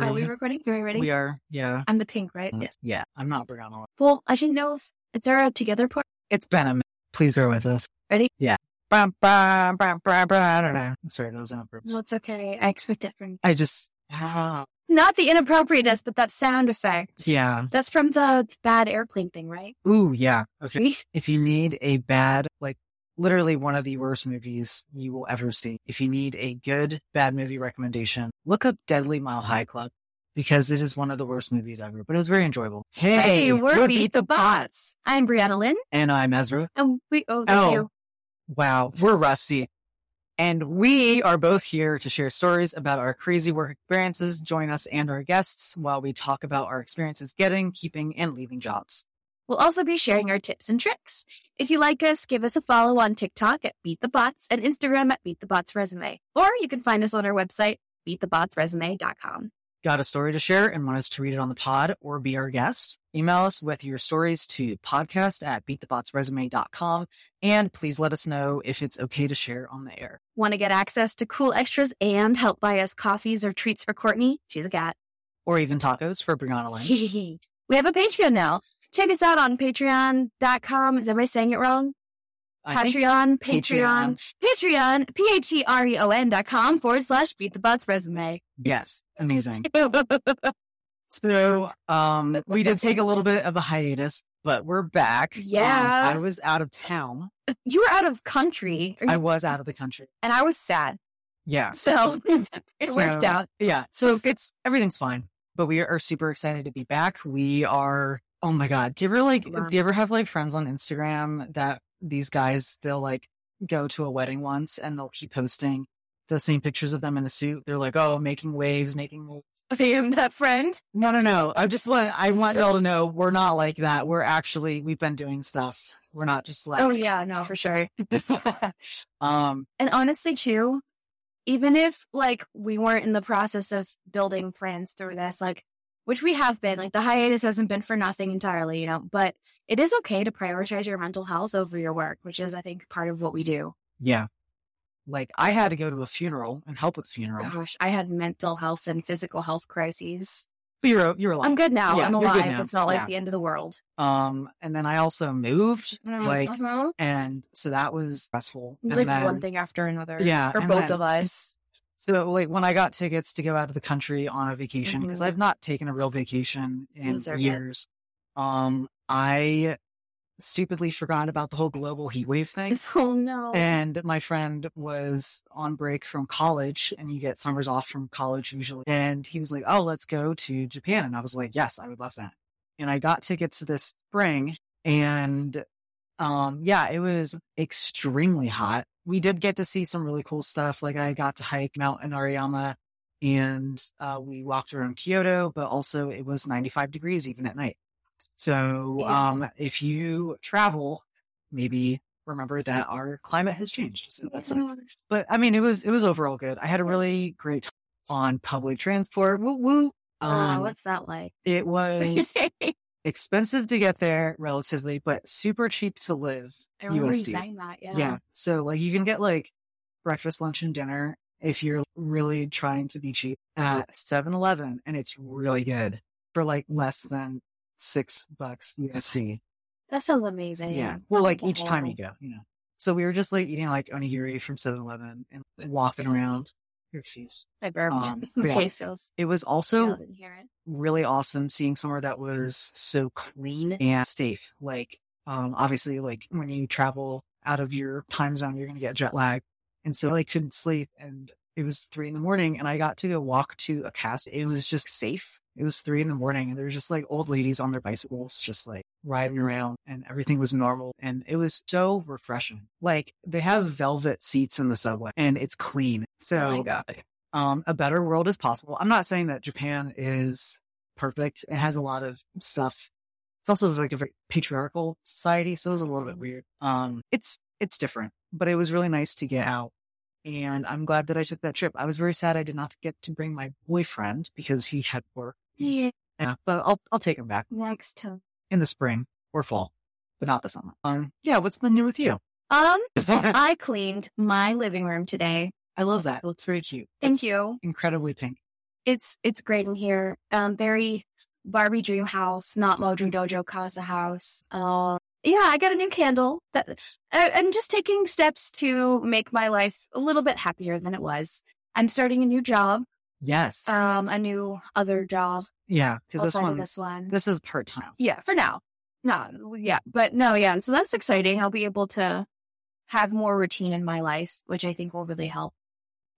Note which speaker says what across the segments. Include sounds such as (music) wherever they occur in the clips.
Speaker 1: Are we
Speaker 2: Brilliant.
Speaker 1: recording? Are we ready?
Speaker 2: We are, yeah.
Speaker 1: I'm the pink, right?
Speaker 2: Mm,
Speaker 1: Yes.
Speaker 2: Yeah, I'm not Brianna.
Speaker 1: Well, I didn't know if it's our together part.
Speaker 2: It's been a minute. Please bear with us.
Speaker 1: Ready?
Speaker 2: Yeah. Bum,
Speaker 1: Uh,
Speaker 2: bum, bum, bum, bum, I don't know. I'm sorry, that was inappropriate.
Speaker 1: No, it's okay. I expect it from
Speaker 2: I just, ah,
Speaker 1: not the inappropriateness, but that sound effect.
Speaker 2: yeah.
Speaker 1: That's from the bad airplane thing, right?
Speaker 2: Ooh, yeah. Okay. If you need a bad, like literally one of the worst movies you will ever see, if you need a good bad movie recommendation, look up Deadly Mile High Club because it is one of the worst movies ever, but it was very enjoyable. Hey,
Speaker 1: we're Beat the Bots. I'm Brianna Lynn,
Speaker 2: And I'm Ezra.
Speaker 1: and we oh, that's
Speaker 2: Oh.
Speaker 1: you.
Speaker 2: Wow, we're rusty. And we are both here to share stories about our crazy work experiences. Join us and our guests while we talk about our experiences getting, keeping, and leaving jobs.
Speaker 1: We'll also be sharing our tips and tricks. If you like us, give us a follow on TikTok at Beat the Bots and Instagram at Beat the Bots Resume, or you can find us on our website beatthebotsresume.com.
Speaker 2: Got a story to share and want us to read it on the pod or be our guest? Email us with your stories to podcast at beatthebotsresume.com. And please let us know if it's okay to share on the air.
Speaker 1: Want to get access to cool extras and help buy us coffees or treats for Courtney? She's a cat.
Speaker 2: Or even tacos for Brianna Lynn.
Speaker 1: (laughs) we have a Patreon now. Check us out on patreon.com. Is anybody saying it wrong?
Speaker 2: I think-
Speaker 1: Patreon, Patreon, Patreon, P A T R E O N dot com forward slash beat the butts resume. (laughs)
Speaker 2: Yes. Amazing. So um we did take a little bit of a hiatus, but we're back. Um,
Speaker 1: Yeah.
Speaker 2: I was out of town.
Speaker 1: you were out of country (laughs)
Speaker 2: I was out of the country.
Speaker 1: and I was
Speaker 2: (laughs)
Speaker 1: sad.
Speaker 2: Yeah.
Speaker 1: So (laughs) it worked
Speaker 2: So,
Speaker 1: out. (laughs)
Speaker 2: Yeah. So it's everything's fine. But we are super excited to be back. We are oh my god. Do you ever like
Speaker 1: Wow.
Speaker 2: do you ever have like friends on Instagram that these guys they'll like go to a wedding once and they'll keep posting the same pictures of them in a suit. They're like, oh, making waves, making waves.
Speaker 1: I am that friend.
Speaker 2: No, no, no. I just want I want y'all to know we're not like that. We're actually we've been doing stuff. We're not just like
Speaker 1: Oh, yeah, no, for sure.
Speaker 2: (laughs) um
Speaker 1: And honestly, too, even if like we weren't in the process of building friends through this, like, which we have been, like the hiatus hasn't been for nothing entirely, you know, but it is okay to prioritize your mental health over your work, which is, I think, part of what we do.
Speaker 2: yeah. Like I had to go to a funeral and help with the funeral.
Speaker 1: Gosh, I had mental health and physical health crises.
Speaker 2: But you're you're
Speaker 1: I'm
Speaker 2: alive.
Speaker 1: good now.
Speaker 2: Yeah,
Speaker 1: I'm
Speaker 2: you're good
Speaker 1: alive.
Speaker 2: now.
Speaker 1: It's not like
Speaker 2: Yeah.
Speaker 1: the end of the world.
Speaker 2: Um and then I also moved Like,
Speaker 1: Mhm.
Speaker 2: and so that was stressful.
Speaker 1: It's
Speaker 2: And
Speaker 1: like one
Speaker 2: then-
Speaker 1: thing after another.
Speaker 2: Yeah,
Speaker 1: For
Speaker 2: and
Speaker 1: both
Speaker 2: then-
Speaker 1: of us.
Speaker 2: So like when I got tickets to go out of the country on a vacation because
Speaker 1: Mhm.
Speaker 2: I've not taken a real vacation in
Speaker 1: Things are good.
Speaker 2: years. Um I stupidly forgot about the whole global heat wave thing.
Speaker 1: (laughs) Oh, no.
Speaker 2: And my friend was on break from college, and you get summers off from college usually. And he was like, Oh, let's go to Japan. And I was like, Yes, I would love that. And I got tickets this spring. And um, yeah, it was extremely hot. We did get to see some really cool stuff. Like, I got to hike Mount Inariyama and uh, we walked around Kyoto, but also it was 95 degrees even at night. So,
Speaker 1: Yeah.
Speaker 2: um, if you travel, maybe remember that our climate has changed. So that's
Speaker 1: Mhm.
Speaker 2: but I mean, it was it was overall good. I had a really great time on public transport. Woo woo.
Speaker 1: oh,
Speaker 2: Um,
Speaker 1: what's that like?
Speaker 2: it
Speaker 1: (laughs)
Speaker 2: was expensive to get there relatively, but super cheap to live.
Speaker 1: I remember you
Speaker 2: USD.
Speaker 1: saying that. Yeah.
Speaker 2: Yeah. So like you can get like breakfast, lunch, and dinner if you're really trying to be cheap at 7-Eleven, and it's really good for like less than six bucks USD.
Speaker 1: That sounds amazing.
Speaker 2: Yeah. Well, like each time
Speaker 1: Wow.
Speaker 2: you go, you know. So we were just like eating like onigiri from 7 Eleven and walking around. Oopsies.
Speaker 1: I burped.
Speaker 2: Um,
Speaker 1: In
Speaker 2: yeah.
Speaker 1: case those
Speaker 2: It was
Speaker 1: y'all
Speaker 2: also
Speaker 1: didn't hear it.
Speaker 2: really awesome seeing somewhere that was so clean and safe. Like, um, obviously, like when you travel out of your time zone, you're going to get jet lag. And so I couldn't sleep and it was three in the morning and I got to go walk to a cast. It was just safe. It was three in the morning and there was just like old ladies on their bicycles, just like riding around and everything was normal. And it was so refreshing. Like they have velvet seats in the subway and it's clean. So
Speaker 1: Oh my God.
Speaker 2: um, a better world is possible. I'm not saying that Japan is perfect. It has a lot of stuff. It's also like a very patriarchal society, so it was a little bit
Speaker 1: Mm-hmm.
Speaker 2: weird. Um, it's it's different, but it was really nice to get out, and I'm glad that I took that trip. I was very sad I did not get to bring my boyfriend because he had work,
Speaker 1: Yeah.
Speaker 2: Uh, but I'll I'll take him back
Speaker 1: Next time.
Speaker 2: in the spring or fall, but not this summer. Um, yeah, what's been new with you? (laughs)
Speaker 1: Um,
Speaker 2: I
Speaker 1: I cleaned my living room today.
Speaker 2: love that. It looks very cute.
Speaker 1: Thank
Speaker 2: It's
Speaker 1: you.
Speaker 2: Incredibly pink.
Speaker 1: it's it's great in here. Um, very Barbie Dream House, not Mojo Dojo Casa House. Um, yeah, I got a new candle. That I, I'm just taking steps to make my life a little bit happier than it was. I'm starting a new job,
Speaker 2: Yes.
Speaker 1: um, a new other job
Speaker 2: yeah. Because this
Speaker 1: outside of
Speaker 2: one,
Speaker 1: this one.
Speaker 2: this is part time.
Speaker 1: yeah, for now. No, yeah, but no, yeah. So that's exciting. I'll be able to have more routine in my life, which I think will really help.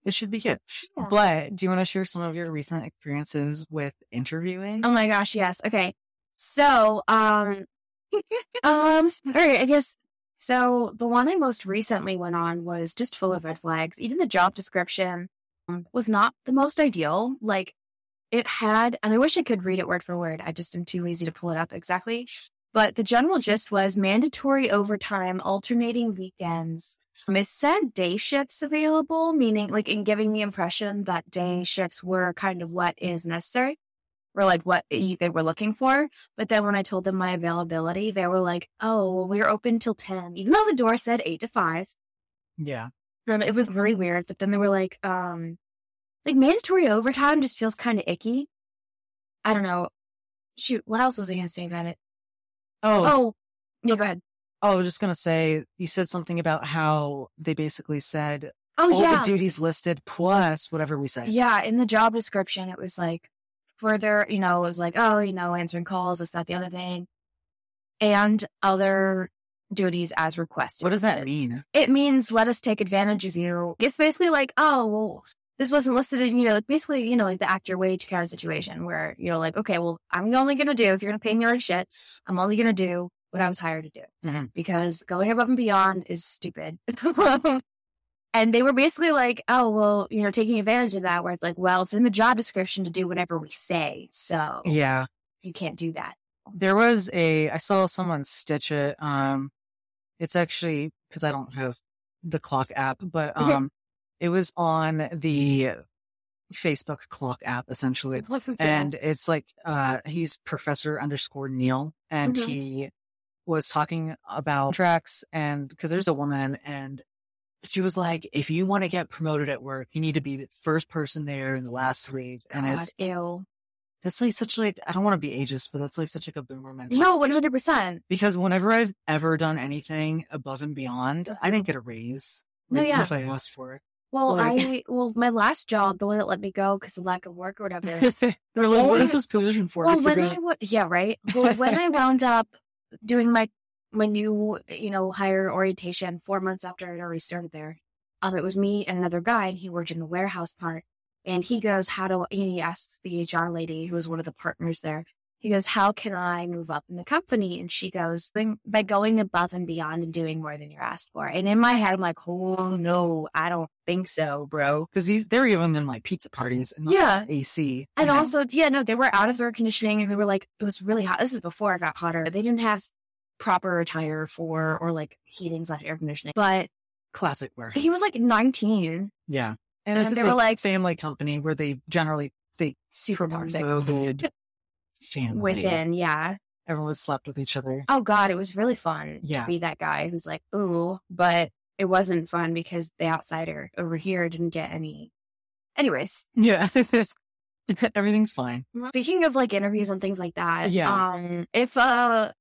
Speaker 2: It should be good.
Speaker 1: Yeah.
Speaker 2: But do you want to share some of your recent experiences with interviewing?
Speaker 1: Oh my gosh, yes. Okay. So, um, um, all right, I guess. So the one I most recently went on was just full of red flags. Even the job description um, was not the most ideal. Like it had, and I wish I could read it word for word. I just am too lazy to pull it up exactly. But the general gist was mandatory overtime, alternating weekends. Um, It said day shifts available, meaning like in giving the impression that day shifts were kind of what is necessary were like what you, they were looking for. But then when I told them my availability, they were like, oh, well, we're open till 10, even though the door said 8 to 5.
Speaker 2: yeah.
Speaker 1: Um, It was really weird. But then they were like, um, like mandatory overtime just feels kind of icky. I don't know. Shoot, what else was I going to say about it?
Speaker 2: Oh,
Speaker 1: Oh, yeah, go ahead.
Speaker 2: I was just going to say, you said something about how they basically said
Speaker 1: Oh,
Speaker 2: all
Speaker 1: yeah.
Speaker 2: the duties listed plus whatever we said.
Speaker 1: Yeah, in the job description, it was like further, you know, it was like, oh, you know, answering calls, this, that, the other thing, and other duties as requested.
Speaker 2: What does that mean?
Speaker 1: It means let us take advantage of you. It's basically like, oh, well, this wasn't listed in, you know, like basically, you know, like the act your wage kind of situation where you're like, okay, well, I'm only going to do, if you're going to pay me like shit, I'm only going to do what I was hired to do
Speaker 2: Mhm.
Speaker 1: because going above and beyond is stupid. (laughs) and they were basically like, oh, well, you know, taking advantage of that where it's like, well, it's in the job description to do whatever we say. So
Speaker 2: Yeah.
Speaker 1: you can't do that.
Speaker 2: There was a, I saw someone stitch it. Um, it's actually because I don't have the clock app, but
Speaker 1: Okay.
Speaker 2: um, it was on the Facebook clock app
Speaker 1: (laughs)
Speaker 2: essentially. and it's like uh he's professor underscore neil and
Speaker 1: Mhm.
Speaker 2: he was talking about tracks and because there's a woman and she was like if you want to get promoted at work you need to be the first person there in the last three and
Speaker 1: God,
Speaker 2: it's
Speaker 1: ew.
Speaker 2: that's like such like i don't want to be ageist but that's like such like a boomer mentality
Speaker 1: No, 100%.
Speaker 2: because whenever i've ever done anything above and beyond i didn't get a raise
Speaker 1: No,
Speaker 2: like, even
Speaker 1: yeah.
Speaker 2: if i asked for it (laughs)
Speaker 1: Well,
Speaker 2: Like-
Speaker 1: I well, my last job, the one that let me go because of lack of work or
Speaker 2: (laughs)
Speaker 1: whatever.
Speaker 2: they're like what is
Speaker 1: Only-
Speaker 2: this position for
Speaker 1: well,
Speaker 2: We
Speaker 1: when
Speaker 2: forgot.
Speaker 1: I wa- yeah, right. Well, when I wound up doing my my new you know higher orientation four months after I'd already started there, um, it was me and another guy, and he worked in the warehouse part. And he goes, "How do?" And he asks the HR lady, who was one of the partners there. He goes, "How can I move up in the company?" And she goes, "Going- "By going above and beyond and doing more than you're asked for." And in my head, I'm like, "Oh no, I don't think so, bro."
Speaker 2: because they're giving them like pizza parties and not
Speaker 1: Yeah.
Speaker 2: AC.
Speaker 1: And
Speaker 2: you know?
Speaker 1: also, yeah, no, they were out of air conditioning and they were like, it was really hot. This is before it got hotter. They didn't have proper attire for or like heating slash air conditioning. But
Speaker 2: classic wear.
Speaker 1: he was like 19.
Speaker 2: Yeah,
Speaker 1: And
Speaker 2: and, this
Speaker 1: they
Speaker 2: is
Speaker 1: were
Speaker 2: a
Speaker 1: like-
Speaker 2: family company where they generally they
Speaker 1: Super toxic. (laughs)
Speaker 2: promoted family
Speaker 1: Within, yeah.
Speaker 2: Everyone slept with each other.
Speaker 1: Oh God, it was really fun
Speaker 2: Yeah.
Speaker 1: to be that guy who's like, ooh, but it wasn't fun because the outsider over here didn't get any. Anyways,
Speaker 2: Yeah, (laughs) everything's fine.
Speaker 1: Speaking of like interviews and things like that,
Speaker 2: Yeah.
Speaker 1: Um, if uh,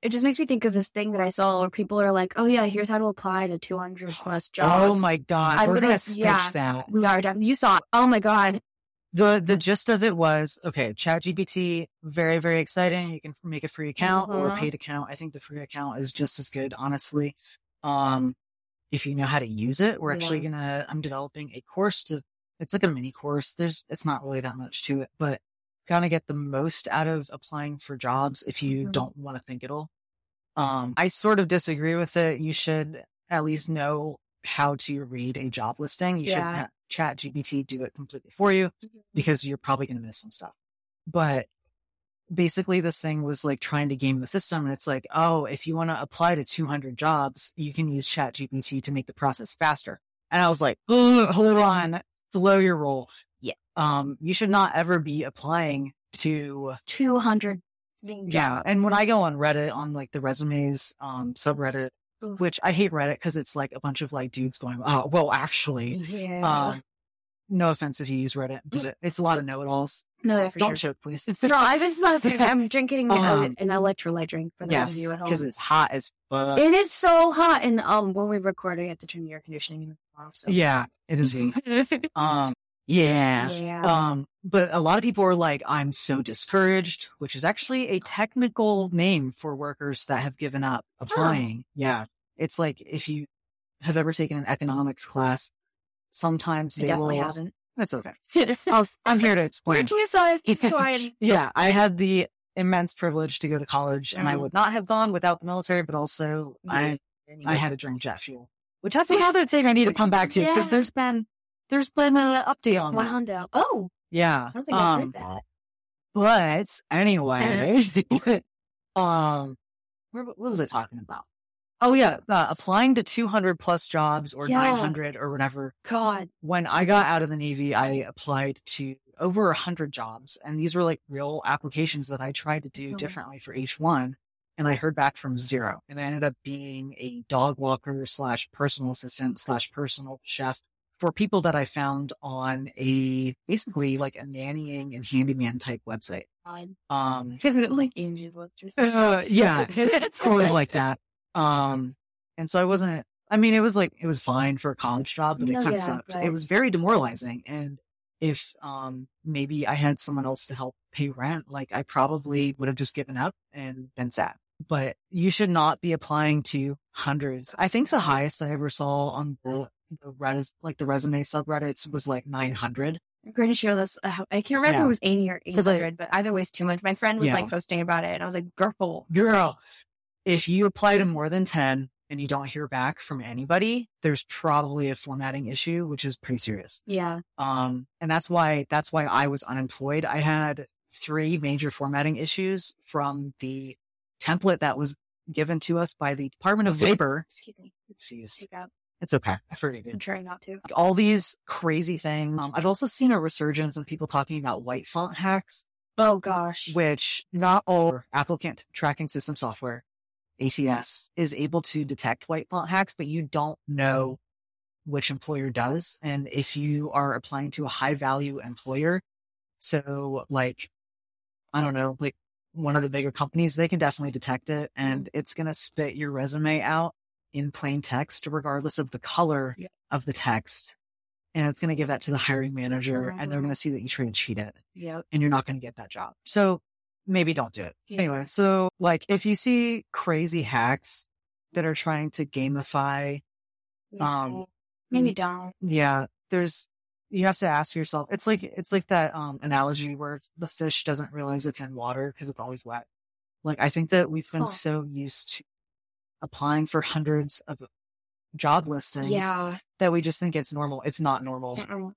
Speaker 1: it just makes me think of this thing that I saw where people are like, "Oh yeah, here's how to apply to 200 plus jobs."
Speaker 2: Oh my god,
Speaker 1: I'm
Speaker 2: we're
Speaker 1: gonna-
Speaker 2: gonna, stitch
Speaker 1: yeah.
Speaker 2: that.
Speaker 1: We are definitely. You saw. it. Oh my god.
Speaker 2: the The gist of it was okay. ChatGPT, very very exciting. You can make a free account or a
Speaker 1: Mhm.
Speaker 2: paid account. I think the free account is just as good, honestly. Um, if you know how to use it, we're actually
Speaker 1: Yeah.
Speaker 2: gonna. I'm developing a course to. It's like a mini course. There's. It's not really that much to it, but gonna get the most out of applying for jobs if you
Speaker 1: Mhm.
Speaker 2: don't want to think it all. Um, I sort of disagree with it. You should at least know how to read a job listing. You
Speaker 1: Yeah. Mm-hmm.
Speaker 2: should not chat GPT do it completely for you because you're probably going to miss some stuff. But basically, this thing was like trying to game the system. And it's like, oh, if you want to apply to 200 jobs, you can use ChatGPT to make the process faster. And I was like, "Ugh, hold on, slow your roll.
Speaker 1: Yeah.
Speaker 2: Um, you should not ever be applying to
Speaker 1: 200.
Speaker 2: yeah. And when I go on Reddit on like the resumes um subreddit,
Speaker 1: Oof.
Speaker 2: which I hate Reddit because it's like a bunch of like dudes going, oh, well, actually,
Speaker 1: Yeah.
Speaker 2: um, no offense if you use Reddit, but it- it's a lot of know-it-alls.
Speaker 1: No, yeah, for
Speaker 2: Don't
Speaker 1: sure.
Speaker 2: choke, please. (laughs)
Speaker 1: No, I was not saying I'm drinking uh,
Speaker 2: Um,
Speaker 1: an electrolyte drink for those
Speaker 2: yes,
Speaker 1: of you at home.
Speaker 2: because it's uh, hot as fuck.
Speaker 1: It is so hot, and um, when we record, I have to turn the air conditioning off. So.
Speaker 2: yeah, it
Speaker 1: (laughs)
Speaker 2: is. Um, yeah.
Speaker 1: Yeah.
Speaker 2: Um, but a lot of people are like, I'm so discouraged, which is actually a technical name for workers that have given up applying. Yeah. It's like if you have ever taken an economics class, sometimes
Speaker 1: I
Speaker 2: they
Speaker 1: definitely
Speaker 2: will. (laughs)
Speaker 1: haven't.
Speaker 2: That's okay.
Speaker 1: oh,
Speaker 2: I'm here to explain.
Speaker 1: Rich (laughs) aside,
Speaker 2: Yeah.
Speaker 1: Ryan.
Speaker 2: yeah. I had the immense privilege to go to college and I
Speaker 1: Mhm.
Speaker 2: would not have gone without the military, but also I, I had to drink jet fuel, which that's another thing I need to come back to because
Speaker 1: Yeah.
Speaker 2: there's been, there's been an update on that.
Speaker 1: Wondo. Oh,
Speaker 2: Yeah.
Speaker 1: I don't think I've
Speaker 2: Um,
Speaker 1: heard that.
Speaker 2: But anyway, (laughs) um, where, what was I talking about? Oh yeah, uh, applying to 200 plus jobs or
Speaker 1: Yeah.
Speaker 2: 900 or whatever.
Speaker 1: God.
Speaker 2: When I got out of the Navy, I applied to over 100 jobs, and these were like real applications that I tried to do
Speaker 1: Mhm.
Speaker 2: differently for each one. And I heard back from zero, and I ended up being a dog walker slash personal assistant slash personal chef for people that I found on a basically like a nannying and handyman type website.
Speaker 1: God.
Speaker 2: Um,
Speaker 1: (laughs) Isn't it like Angie's List?
Speaker 2: uh,
Speaker 1: (laughs)
Speaker 2: (laughs) yeah, it's totally like that. Um, and so I wasn't. I mean, it was like it was fine for a college job, but it
Speaker 1: No,
Speaker 2: kind of
Speaker 1: yeah,
Speaker 2: sucked. It
Speaker 1: right.
Speaker 2: was very demoralizing. And if um maybe I had someone else to help pay rent, like I probably would have just given up and been sad. But you should not be applying to hundreds. I think the highest I ever saw on the, the Reddit, like the resume subreddits, was like nine hundred.
Speaker 1: I'm pretty sure that's. Uh, how- I can't remember if
Speaker 2: Yeah.
Speaker 1: it was 80 or
Speaker 2: 'Cause, like-
Speaker 1: 800, but either way, it's too much. My friend was
Speaker 2: Yeah.
Speaker 1: like posting about it, and I was like, "Girl,
Speaker 2: girl, if you apply to more than 10 and you don't hear back from anybody, there's probably a formatting issue, which is pretty serious.
Speaker 1: yeah,
Speaker 2: Um, and that's why, that's why I was unemployed. I had three major formatting issues from the template that was given to us by the Department of Labor.
Speaker 1: excuse me,
Speaker 2: Oopsies.
Speaker 1: take out.
Speaker 2: It's okay. I forgave you.
Speaker 1: I'm trying not to."
Speaker 2: Like, all these crazy things. Um, I've also seen a resurgence of people talking about white font hacks
Speaker 1: Oh gosh,
Speaker 2: which not all applicant tracking system software, ATS, is able to detect white font hacks, but you don't know which employer does. And if you are applying to a high value employer, so like, I don't know, like one of the bigger companies, they can definitely detect it and it's going to spit your resume out in plain text, regardless of the color
Speaker 1: Yeah.
Speaker 2: of the text. And it's going to give that to the hiring manager and they're
Speaker 1: Mhm.
Speaker 2: going to see that you try to cheat it
Speaker 1: yeah,
Speaker 2: and you're not going to get that job. So maybe don't do it.
Speaker 1: Yeah.
Speaker 2: Anyway, so like if you see crazy hacks that are trying to gamify, Um,
Speaker 1: maybe don't.
Speaker 2: yeah, there's you have to ask yourself. It's like it's like that um analogy where it's- the fish doesn't realize it's in water because it's always wet. Like I think that we've been
Speaker 1: Huh.
Speaker 2: so used to applying for hundreds of job listings
Speaker 1: Yeah.
Speaker 2: that we just think it's normal. It's not normal.
Speaker 1: Mm-mm.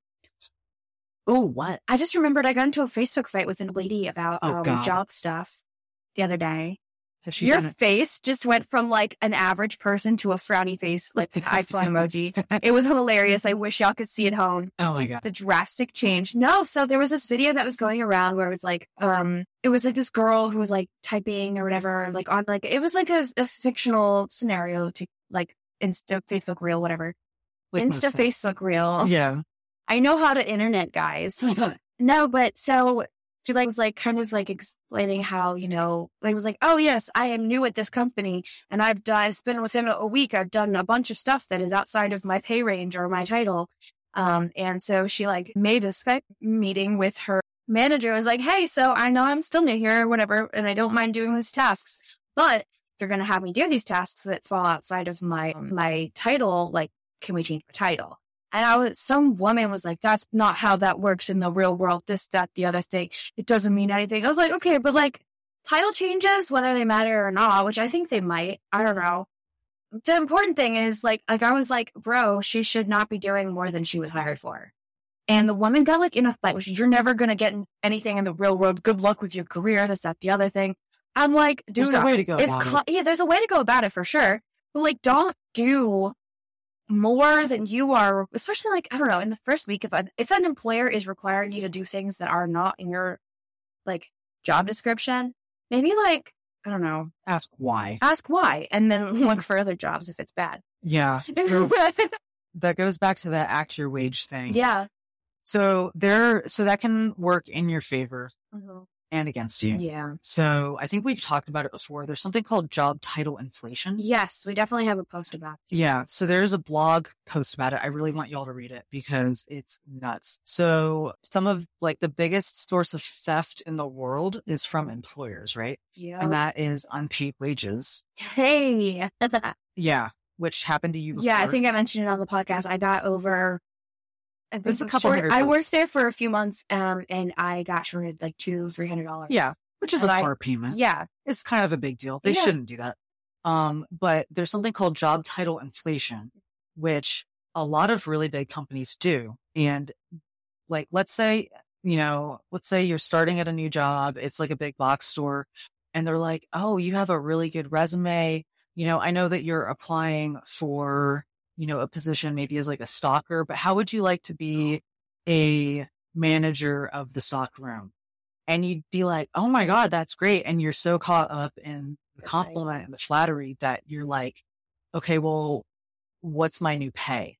Speaker 2: Oh, what?
Speaker 1: I just remembered I got into a Facebook fight with a lady about
Speaker 2: Oh,
Speaker 1: um,
Speaker 2: God.
Speaker 1: job stuff the other day.
Speaker 2: Has she
Speaker 1: Your
Speaker 2: done it?
Speaker 1: face just went from like an average person to a frowny face,
Speaker 2: (laughs)
Speaker 1: like iPhone emoji. It was hilarious. I wish y'all could see it home.
Speaker 2: oh my god.
Speaker 1: the drastic change. No, so there was this video that was going around where it was like, um, it was like this girl who was like typing or whatever, like on like it was like a, a fictional scenario to like Insta Facebook reel, whatever.
Speaker 2: Like most
Speaker 1: Insta
Speaker 2: things.
Speaker 1: Facebook Oh reel. (laughs)
Speaker 2: Yeah.
Speaker 1: I know how to internet guys. No, but so she like was like kind of like explaining how you know like was like oh yes I am new at this company and I've done it's been within a week I've done a bunch of stuff that is outside of my pay range or my title, um and so she like made a Skype meeting with her manager and was like hey so I know I'm still new here or whatever and I don't mind doing these tasks but if you're gonna have me do these tasks that fall outside of my my title like can we change my title and I was, some woman was like, that's not how that works in the real world. This, that, the other thing. It doesn't mean anything. I was like, okay, but like title changes, whether they matter or not, which I think they might. I don't know. The important thing is like, like I was like, bro, she should not be doing more than she was hired for. And the woman got like in a fight, which you're never going to get in- anything in the real world. Good luck with your career. This, that, the other thing. I'm like, dude,
Speaker 2: There's a way to go.
Speaker 1: it's
Speaker 2: about it.
Speaker 1: cla- yeah there's a way to go about it for sure but like don't do more than you are especially like i don't know in the first week if an if an employer is requiring you to do things that are not in your like job description maybe like i don't know
Speaker 2: ask why.
Speaker 1: ask why and then (laughs) look for other jobs if it's bad (laughs)
Speaker 2: Yeah. that goes back to that act your wage thing.
Speaker 1: yeah
Speaker 2: So there, so that can work in your favor and against you.
Speaker 1: Yeah.
Speaker 2: So I think we've talked about it before. There's something called job title inflation.
Speaker 1: Yes, we definitely have a post about it.
Speaker 2: Yeah. So there's a blog post about it. I really want y'all to read it because it's nuts. So some of like the biggest source of theft in the world is from employers, right?
Speaker 1: Yeah.
Speaker 2: And that is unpaid wages.
Speaker 1: hey.
Speaker 2: Yeah. Which happened to you before.
Speaker 1: yeah, I think I mentioned it on the podcast. I got over. I think
Speaker 2: It's a
Speaker 1: it was
Speaker 2: couple
Speaker 1: short-
Speaker 2: hundred
Speaker 1: I
Speaker 2: bucks.
Speaker 1: worked there for a few months, um, and I got shorted like two, three hundred dollars.
Speaker 2: Yeah. Which is a
Speaker 1: and I-
Speaker 2: car payment.
Speaker 1: yeah,
Speaker 2: It's kind of a big deal. They
Speaker 1: Yeah.
Speaker 2: shouldn't do that. Um, but there's something called job title inflation, which a lot of really big companies do. And like, let's say, you know, let's say you're starting at a new job. It's like a big box store and they're like, Oh, you have a really good resume. You know, I know that you're applying for, you know, a position maybe as like a stalker, but how would you like to be a manager of the stock room? And you'd be like, Oh my God, that's great. And you're so caught up in the
Speaker 1: That's right.
Speaker 2: compliment and the flattery that you're like, okay, well, what's my new pay?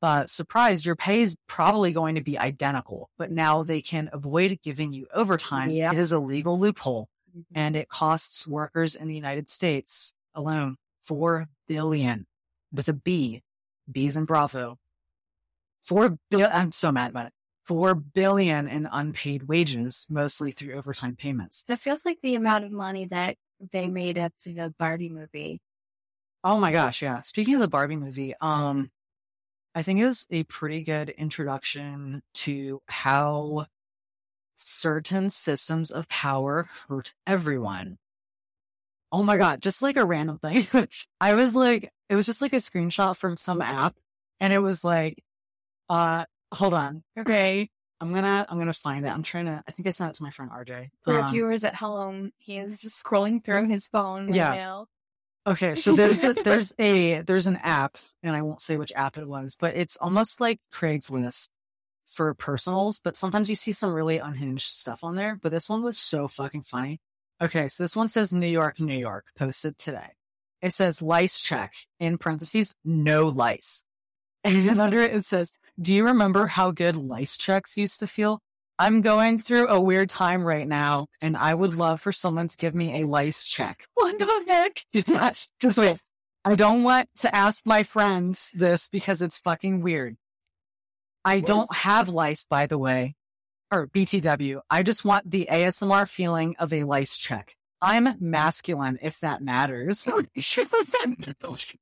Speaker 2: But surprise, your pay is probably going to be identical, but now they can avoid giving you overtime.
Speaker 1: Yeah.
Speaker 2: It is a legal loophole Mm-hmm.
Speaker 1: Mm-hmm.
Speaker 2: and it costs workers in the United States alone four billion with a B, B's and Bravo. Four billion. I'm so mad about it. Four billion in unpaid wages, mostly through overtime payments.
Speaker 1: that feels like the amount of money that they made up to the Barbie movie.
Speaker 2: Oh my gosh. Yeah. Speaking of the Barbie movie, um, I think it was a pretty good introduction to how certain systems of power hurt everyone. Oh my God. Just like a random thing. (laughs) I was like, it was just like a screenshot from some app and it was like, uh, hold on. Okay. I'm gonna, I'm gonna find it. I'm trying to, I think I sent it to my friend RJ.
Speaker 1: For
Speaker 2: Um,
Speaker 1: viewers at home, he is just scrolling through his phone right
Speaker 2: Yeah.
Speaker 1: now.
Speaker 2: Okay, so there's a, there's a there's an app, and I won't say which app it was, but it's almost like Craigslist for personals. But sometimes you see some really unhinged stuff on there. But this one was so fucking funny. Okay, so this one says New York, New York, posted today. It says lice check in parentheses no lice, and then under it it says, Do you remember how good lice checks used to feel? I'm going through a weird time right now, and I would love for someone to give me a lice check. (laughs)
Speaker 1: What the heck?
Speaker 2: Just wait. I don't want to ask my friends this because it's fucking weird. I don't have lice, by the way, or BTW. I just want the ASMR feeling of a lice check. I'm masculine, if that matters.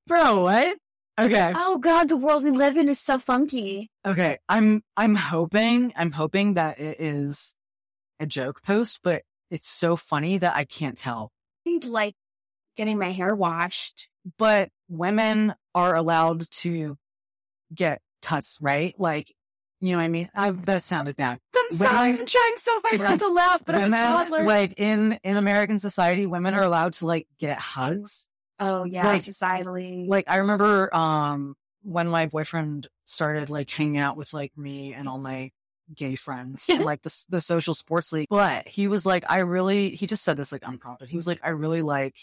Speaker 2: Bro, what? Okay.
Speaker 1: Oh God, the world we live in is so funky.
Speaker 2: Okay, I'm I'm hoping I'm hoping that it is a joke post, but it's so funny that I can't tell.
Speaker 1: I think like getting my hair washed.
Speaker 2: But women are allowed to get tuts, right? Like, you know what I mean? I've that sounded bad.
Speaker 1: I'm
Speaker 2: sorry,
Speaker 1: I'm trying so hard
Speaker 2: not
Speaker 1: to laugh,
Speaker 2: Women, like in in American society, women are allowed to like get hugs.
Speaker 1: oh yeah,
Speaker 2: like-
Speaker 1: societally.
Speaker 2: Like I remember um when my boyfriend started like hanging out with like me and all my gay friends and like the s- the social sports league. But he was like, I really he just said this like unprompted. He was like, I really like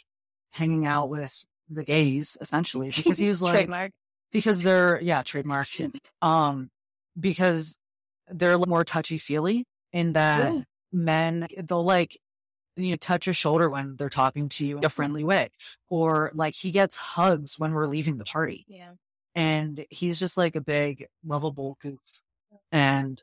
Speaker 2: hanging out with the gays essentially because he was
Speaker 1: (laughs)
Speaker 2: like
Speaker 1: trademark.
Speaker 2: because they're yeah trademark um because they're a little more touchy feely in that
Speaker 1: Yeah.
Speaker 2: men they'll like you know touch your shoulder when they're talking to you in a friendly way or like he gets hugs when we're leaving the party
Speaker 1: Yeah.
Speaker 2: and he's just like a big lovable goof and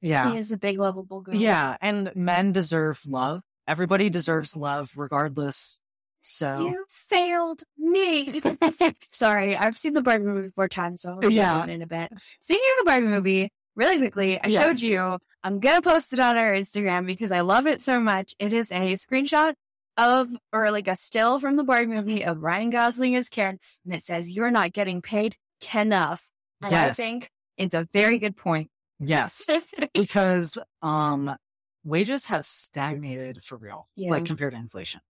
Speaker 2: yeah
Speaker 1: He is a big lovable girl.
Speaker 2: yeah and men deserve love everybody deserves love regardless so
Speaker 1: You failed me. (laughs) Sorry, I've seen the Barbie movie four times, so I'll
Speaker 2: Yeah.
Speaker 1: yeah. in a bit. Speaking of the Barbie movie, really quickly, I
Speaker 2: Yeah.
Speaker 1: showed you. I'm gonna post it on our Instagram because I love it so much. It is a screenshot of or like a still from the Barbie movie of Ryan Gosling as Ken, and it says, "You're not getting paid enough." And I
Speaker 2: Yes.
Speaker 1: think it's a very good point.
Speaker 2: yes because um wages have stagnated for real
Speaker 1: Yeah.
Speaker 2: like compared to inflation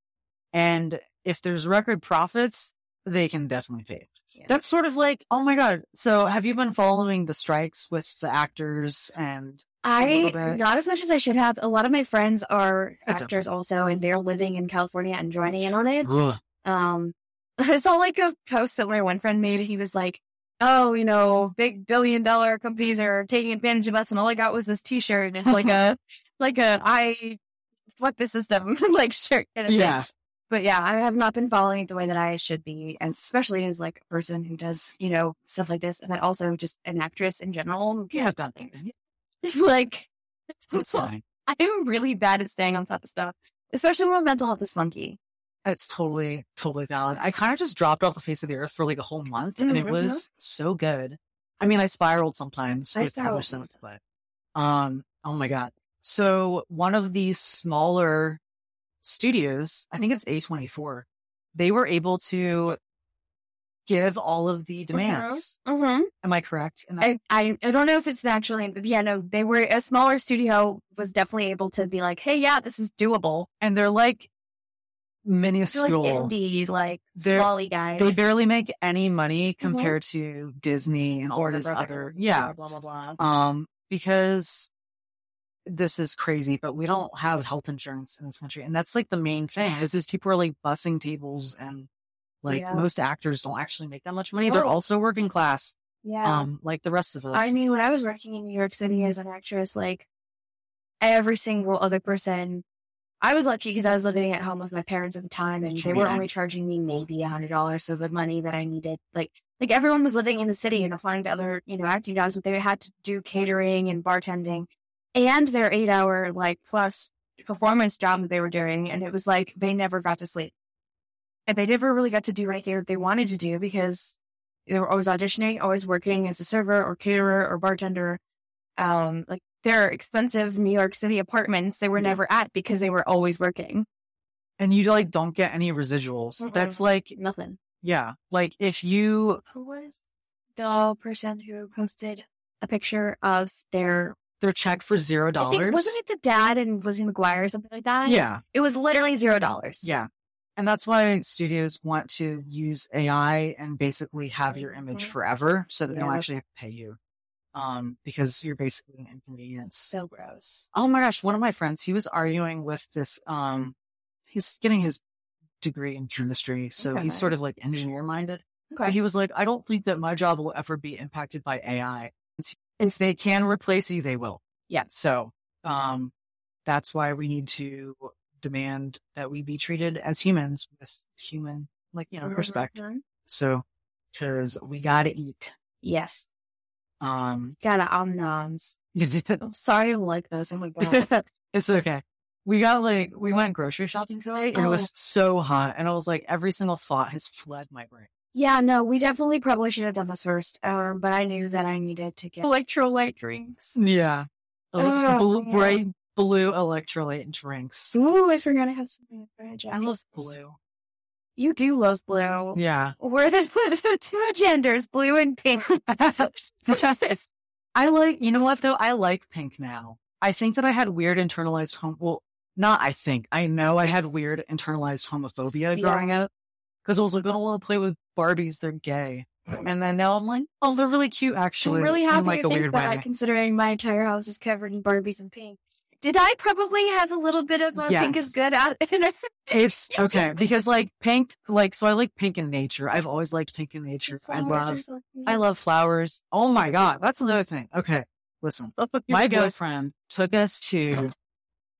Speaker 2: and if there's record profits they can definitely pay
Speaker 1: Yeah.
Speaker 2: that's sort of like oh my god so have you been following the strikes with the actors and
Speaker 1: I
Speaker 2: little bit.
Speaker 1: not as much as I should have. A lot of my friends are
Speaker 2: That's
Speaker 1: actors also, and they're living in California and joining in on it.
Speaker 2: Ugh.
Speaker 1: (laughs) Um, I saw like a post that my one friend made. He was like, oh, you know, big billion dollar companies are taking advantage of us, and all I got was this T-shirt, and it's like
Speaker 2: (laughs)
Speaker 1: a like a I fuck the system (laughs) like shirt kind of thing. (laughs)
Speaker 2: yeah.
Speaker 1: But yeah, I have not been following it the way that I should be, and especially as like a person who does you know stuff like this, and then also just an actress in general (laughs) who cares about things. like (laughs)
Speaker 2: That's fine.
Speaker 1: I'm really bad at staying on top of stuff, especially when my mental health is funky.
Speaker 2: It's totally, totally valid. I kind of just dropped off the face of the earth for like a whole month and it
Speaker 1: Mhm.
Speaker 2: was so good. I mean, I spiraled sometimes
Speaker 1: I
Speaker 2: with how much
Speaker 1: spiraled.
Speaker 2: so much, but um, oh my God. So one of the smaller studios, I think it's A24, they were able to give all of the demands.
Speaker 1: Mm-hmm.
Speaker 2: Am I correct? in that?
Speaker 1: I, I I don't know if it's the actual name, but yeah, no, they were a smaller studio was definitely able to be like, hey, yeah, this is doable.
Speaker 2: and they're like
Speaker 1: They're like
Speaker 2: minuscule.
Speaker 1: indie, like
Speaker 2: They're-
Speaker 1: smally guys.
Speaker 2: they barely make any money compared to Disney and all
Speaker 1: Mm-hmm. Warner
Speaker 2: these
Speaker 1: Brothers,
Speaker 2: other, yeah.
Speaker 1: blah blah blah.
Speaker 2: Um, because this is crazy, but we don't have health insurance in this country, and that's like the main thing. Is these people are like bussing tables, and like
Speaker 1: Yeah.
Speaker 2: most actors don't actually make that much money. They're
Speaker 1: Oh.
Speaker 2: also working class,
Speaker 1: Yeah,
Speaker 2: um, like the rest of us.
Speaker 1: I mean, when I was working in New York City as an actress, like every single other person, I was lucky because I was living at home with my parents at the time, and they were
Speaker 2: Yeah.
Speaker 1: only charging me maybe a hundred dollars of the money that I needed. Like, like everyone was living in the city and applying to other, you know, acting jobs, but they had to do catering and bartending, and their eight-hour like plus performance job that they were doing, and it was like they never got to sleep, and they never really got to do anything that they wanted to do because they were always auditioning, always working as a server or caterer or bartender. Um, like their expensive New York City apartments they were never at because they were always working.
Speaker 2: and you like don't get any residuals.
Speaker 1: Mhm.
Speaker 2: That's like,
Speaker 1: Nothing.
Speaker 2: yeah, like if you
Speaker 1: Who was the person who posted a picture of their
Speaker 2: their check for zero
Speaker 1: I think
Speaker 2: dollars,
Speaker 1: wasn't it the dad and Lizzie McGuire or something like that?
Speaker 2: Yeah,
Speaker 1: It was literally zero dollars.
Speaker 2: Yeah. And that's why studios want to use AI and basically have your image
Speaker 1: Mhm.
Speaker 2: forever so that they don't
Speaker 1: Yeah.
Speaker 2: actually have to pay you. Um, because you're basically an inconvenience.
Speaker 1: So gross.
Speaker 2: Oh my gosh. One of my friends, he was arguing with this, um, he's getting his degree in chemistry. So
Speaker 1: Okay.
Speaker 2: he's sort of like engineer minded. But
Speaker 1: Okay.
Speaker 2: he was like, I don't think that my job will ever be impacted by AI. If they can replace you, they will.
Speaker 1: Yeah.
Speaker 2: So, um, that's why we need to demand that we be treated as humans with human, like, you know, respect.
Speaker 1: Mhm.
Speaker 2: So, cause we gotta eat.
Speaker 1: Yes.
Speaker 2: Um, (laughs)
Speaker 1: Gotta om noms.
Speaker 2: it's
Speaker 1: I'm sorry I'm like this. Oh my god.
Speaker 2: (laughs) okay. We got like, we went grocery shopping today and it
Speaker 1: Oh.
Speaker 2: was so hot. And I was like, every single thought has fled my brain.
Speaker 1: Yeah, no, we definitely probably should have done this first. Um, but I knew that I needed to get electrolyte drinks.
Speaker 2: Yeah.
Speaker 1: Ugh,
Speaker 2: blue,
Speaker 1: yeah.
Speaker 2: bright blue electrolyte drinks.
Speaker 1: Ooh, I forgot I have something in the fridge.
Speaker 2: I
Speaker 1: after
Speaker 2: love
Speaker 1: this.
Speaker 2: blue.
Speaker 1: You do love blue.
Speaker 2: Yeah.
Speaker 1: Where there's the (laughs) two genders, blue and pink.
Speaker 2: (laughs) I like, you know what though? I like pink now. I think that I had weird internalized home. Well, not I think. I know I had weird internalized homophobia
Speaker 1: Yeah.
Speaker 2: growing up because I was like, I don't want to play with Barbies. They're gay. And then now I'm like, oh, they're really cute
Speaker 1: I'm
Speaker 2: actually.
Speaker 1: really
Speaker 2: in,
Speaker 1: happy
Speaker 2: like
Speaker 1: to
Speaker 2: a
Speaker 1: think
Speaker 2: weird
Speaker 1: that, (laughs)
Speaker 2: way.
Speaker 1: considering my entire house is covered in Barbies and pink. Did I probably have a little bit of uh, pink is good? Out- (laughs)
Speaker 2: It's okay because like pink, like, so I like pink in nature. I've always liked pink in nature. I love I love flowers. Oh my God. That's another thing. Okay. Listen, my girlfriend took us to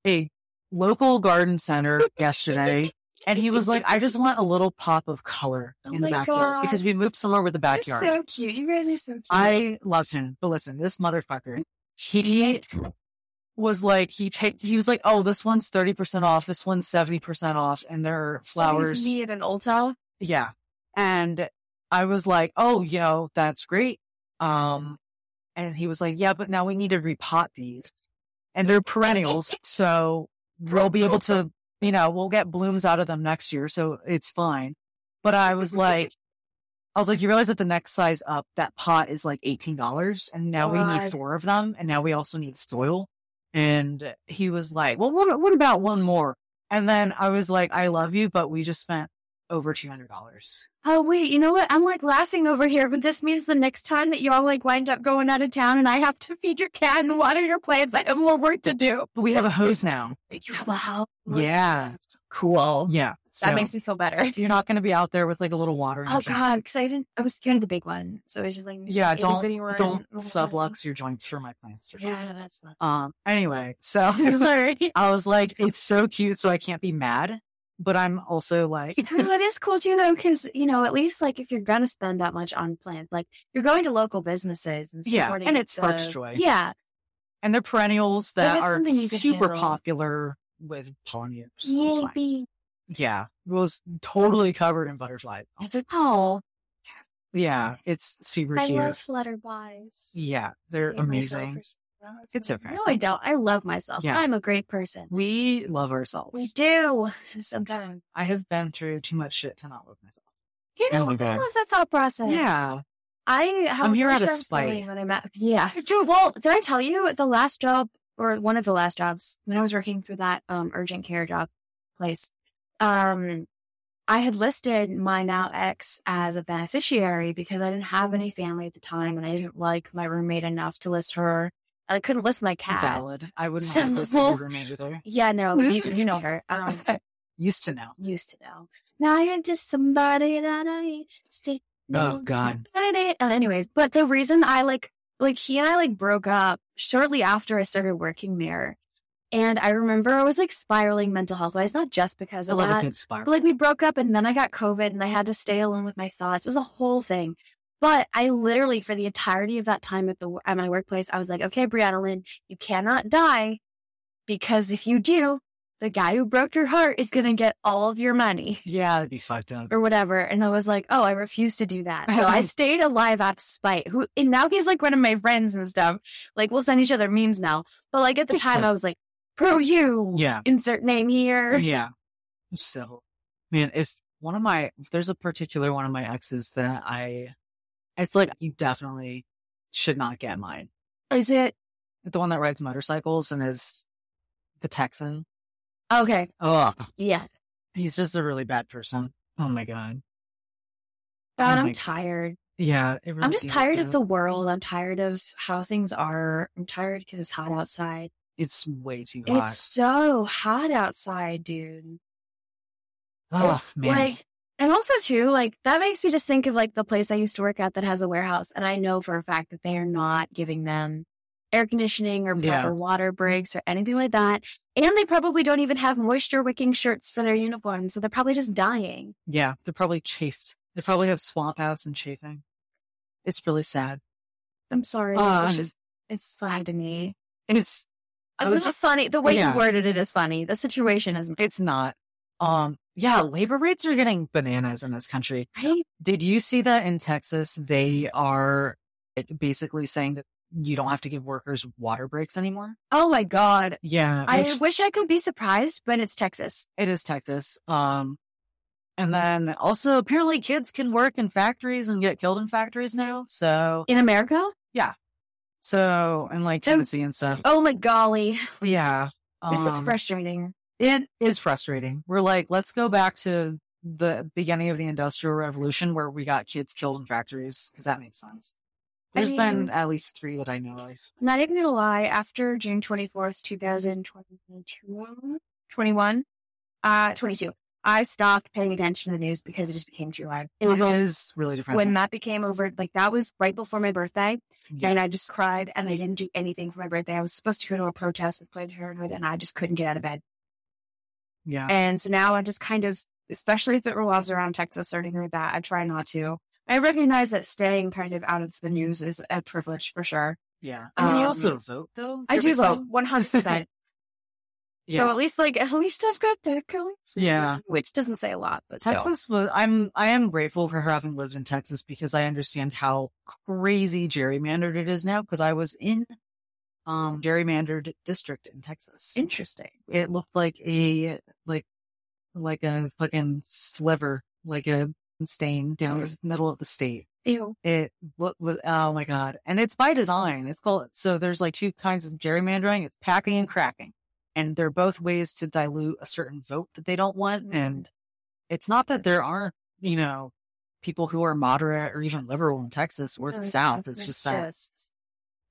Speaker 2: a local garden center yesterday. And he was like, I just want a little pop of color
Speaker 1: Oh
Speaker 2: in the
Speaker 1: my
Speaker 2: backyard
Speaker 1: God.
Speaker 2: because we moved somewhere with a
Speaker 1: You're
Speaker 2: backyard.
Speaker 1: so cute. You guys are so cute.
Speaker 2: I love him. But listen, this motherfucker, he was like, he picked, he was like, oh, this one's 30% off. This one's 70% off. And there are flowers.
Speaker 1: Me at an old town.
Speaker 2: Yeah. And I was like, oh, you know, that's great. Um, and he was like, yeah, but now we need to repot these and they're perennials. So we'll be able to, you know, we'll get blooms out of them next year. So it's fine. But I was like, I was like, you realize that the next size up, that pot is like $18 and now we need
Speaker 1: God.
Speaker 2: four of them. And now we also need soil. And he was like, well, what, what about one more? And then I was like, I love you, but we just spent over two hundred dollars.
Speaker 1: Oh wait, you know what? I'm like laughing over here, but this means the next time that you all like wind up going out of town and I have to feed your cat and water your plants, I have more work to do.
Speaker 2: But we have a hose now.
Speaker 1: You have a house.
Speaker 2: Yeah.
Speaker 1: Cool.
Speaker 2: Yeah.
Speaker 1: That makes me feel better. (laughs)
Speaker 2: you're not going to be out there with like a little water. in
Speaker 1: Oh
Speaker 2: your can.
Speaker 1: god, because I didn't. I was scared of the big one, so it was just like
Speaker 2: Yeah,
Speaker 1: itty bitty one.
Speaker 2: Don't sublux your joints for my plants.
Speaker 1: Yeah, that's
Speaker 2: (laughs)
Speaker 1: not.
Speaker 2: Um. Anyway, so
Speaker 1: (laughs) Sorry.
Speaker 2: (laughs) I was like, it's so cute, so I can't be mad, but I'm also
Speaker 1: (laughs)
Speaker 2: like,
Speaker 1: well, it is cool too, though, because you know, at least like if you're gonna spend that much on plants, like you're going to local businesses and
Speaker 2: Yeah,
Speaker 1: supporting
Speaker 2: and it
Speaker 1: the-
Speaker 2: sparks joy.
Speaker 1: Yeah,
Speaker 2: and they're perennials
Speaker 1: But
Speaker 2: that
Speaker 1: it's
Speaker 2: are
Speaker 1: something you could
Speaker 2: super
Speaker 1: handle.
Speaker 2: popular with pollinators. It's fine.
Speaker 1: Yippee.
Speaker 2: Yeah, it was totally covered
Speaker 1: (laughs)
Speaker 2: in butterflies.
Speaker 1: Oh,
Speaker 2: Yeah, it's super
Speaker 1: I
Speaker 2: cute.
Speaker 1: love flutterbies.
Speaker 2: yeah, they're
Speaker 1: I hate myself
Speaker 2: amazing.
Speaker 1: for saying that.
Speaker 2: It's okay.
Speaker 1: No, I don't. I love myself.
Speaker 2: Yeah.
Speaker 1: I'm a great person.
Speaker 2: We love ourselves.
Speaker 1: We do (laughs) sometimes.
Speaker 2: I have been through too much shit to not love myself.
Speaker 1: You
Speaker 2: Oh
Speaker 1: know,
Speaker 2: my
Speaker 1: I
Speaker 2: God.
Speaker 1: love that thought process.
Speaker 2: Yeah,
Speaker 1: I how
Speaker 2: I'm here out of
Speaker 1: sure I'm still
Speaker 2: spite.
Speaker 1: leaving When I met, yeah, dude. Well, did I tell you the last job or one of the last jobs when I was working through that um urgent care job place? Um, I had listed my now ex as a beneficiary because I didn't have any family at the time, and I didn't like my roommate enough to list her. I couldn't list my cat.
Speaker 2: valid. I wouldn't
Speaker 1: So-
Speaker 2: have this roommate (laughs) either.
Speaker 1: Yeah, no, you, you know her. Um,
Speaker 2: Used to know.
Speaker 1: used to know. Now you're just somebody that I used to know.
Speaker 2: Oh, God.
Speaker 1: And anyways, but the reason I like, like he and I like broke up shortly after I started working there. And I remember I was like spiraling mental health wise, not just because
Speaker 2: I
Speaker 1: of
Speaker 2: love
Speaker 1: that,
Speaker 2: a good spark.
Speaker 1: but like we broke up and then I got COVID and I had to stay alone with my thoughts. It was a whole thing. But I literally, for the entirety of that time at the at my workplace, I was like, "Okay, Brianna Lynn, you cannot die, because if you do, the guy who broke your heart is gonna get all of your money
Speaker 2: yeah, that'd be fucked up.
Speaker 1: or whatever." And I was like, "Oh, I refuse to do that." So
Speaker 2: (laughs)
Speaker 1: I stayed alive out of spite. Who and now he's like one of my friends and stuff. Like we'll send each other memes now. But like at the
Speaker 2: You're
Speaker 1: time,
Speaker 2: so-
Speaker 1: I was like, "Pro you,
Speaker 2: Yeah.
Speaker 1: insert name here."
Speaker 2: Yeah. So, man, if one of my, there's a particular one of my exes that I, I feel like you definitely should not get mine.
Speaker 1: Is it
Speaker 2: The one that rides motorcycles and is the Texan.
Speaker 1: okay?
Speaker 2: Oh,
Speaker 1: Yeah.
Speaker 2: he's just a really bad person. Oh my God.
Speaker 1: God,
Speaker 2: Oh my
Speaker 1: I'm
Speaker 2: God.
Speaker 1: tired.
Speaker 2: Yeah. it
Speaker 1: I'm
Speaker 2: really
Speaker 1: just
Speaker 2: is,
Speaker 1: tired of
Speaker 2: though.
Speaker 1: the world. I'm tired of how things are. I'm tired because it's hot outside.
Speaker 2: It's way too hot.
Speaker 1: It's so hot outside, dude.
Speaker 2: oh,
Speaker 1: It's
Speaker 2: man.
Speaker 1: Like, and also too, like that makes me just think of like the place I used to work at that has a warehouse, and I know for a fact that they are not giving them air conditioning or
Speaker 2: Yeah.
Speaker 1: proper water breaks or anything like that. And they probably don't even have moisture wicking shirts for their uniforms, so they're probably just dying.
Speaker 2: yeah. They're probably chafed. They probably have swamp house and chafing. It's really sad.
Speaker 1: I'm sorry.
Speaker 2: Uh,
Speaker 1: it's just it's fun to me.
Speaker 2: And it's, I
Speaker 1: It
Speaker 2: was
Speaker 1: was
Speaker 2: just-
Speaker 1: just funny. The way
Speaker 2: Yeah.
Speaker 1: you worded it is funny. The situation is
Speaker 2: It's not. Um, yeah, labor rates are getting bananas in this country.
Speaker 1: right.
Speaker 2: Did you see that in Texas? They are basically saying that you don't have to give workers water breaks anymore.
Speaker 1: Oh my god!
Speaker 2: Yeah,
Speaker 1: I wish I could be surprised, but it's Texas.
Speaker 2: it is Texas. Um, and then also apparently kids can work in factories and get killed in factories now. So,
Speaker 1: In America?
Speaker 2: so and like
Speaker 1: So-
Speaker 2: Tennessee and stuff.
Speaker 1: Oh my golly!
Speaker 2: Yeah,
Speaker 1: This is
Speaker 2: um,
Speaker 1: frustrating.
Speaker 2: It is frustrating. We're like, let's go back to the beginning of the industrial revolution where we got kids killed in factories because that makes sense.
Speaker 1: I
Speaker 2: There's
Speaker 1: mean-
Speaker 2: been at least three that I know of.
Speaker 1: I'm not even gonna lie. After June 24th, 2022, 21, uh, 22, I stopped paying attention to the news because it just became too loud. It was
Speaker 2: It
Speaker 1: on-
Speaker 2: is really depressing.
Speaker 1: when that became over. Like that was right before my birthday.
Speaker 2: yeah.
Speaker 1: And I just cried and I didn't do anything for my birthday. I was supposed to go to a protest with Planned Parenthood and I just couldn't get out of bed.
Speaker 2: yeah.
Speaker 1: And so now I just kind of, especially if it revolves around Texas or anything like that, I try not to. I recognize that staying kind of out of the news is a privilege for sure.
Speaker 2: Yeah.
Speaker 1: I mean, you
Speaker 2: also
Speaker 1: also
Speaker 2: vote though.
Speaker 1: I do vote
Speaker 2: (laughs)
Speaker 1: 100%. So
Speaker 2: Yeah.
Speaker 1: at least, like, at least I've got that going.
Speaker 2: Yeah.
Speaker 1: (laughs) Which doesn't say a lot, but still.
Speaker 2: Texas was I'm I am grateful for having lived in Texas because I understand how crazy gerrymandered it is now because I was in um gerrymandered district in Texas.
Speaker 1: Interesting.
Speaker 2: it looked like a like like a fucking sliver, like a stain down the middle of the state.
Speaker 1: Ew.
Speaker 2: It what was oh my god, and it's by design. It's called so. There's like two kinds of gerrymandering. It's packing and cracking, and they're both ways to dilute a certain vote that they don't want. And It's not that there aren't, you know, people who are moderate or even liberal in Texas or
Speaker 1: Oh,
Speaker 2: the South. It's just that
Speaker 1: just-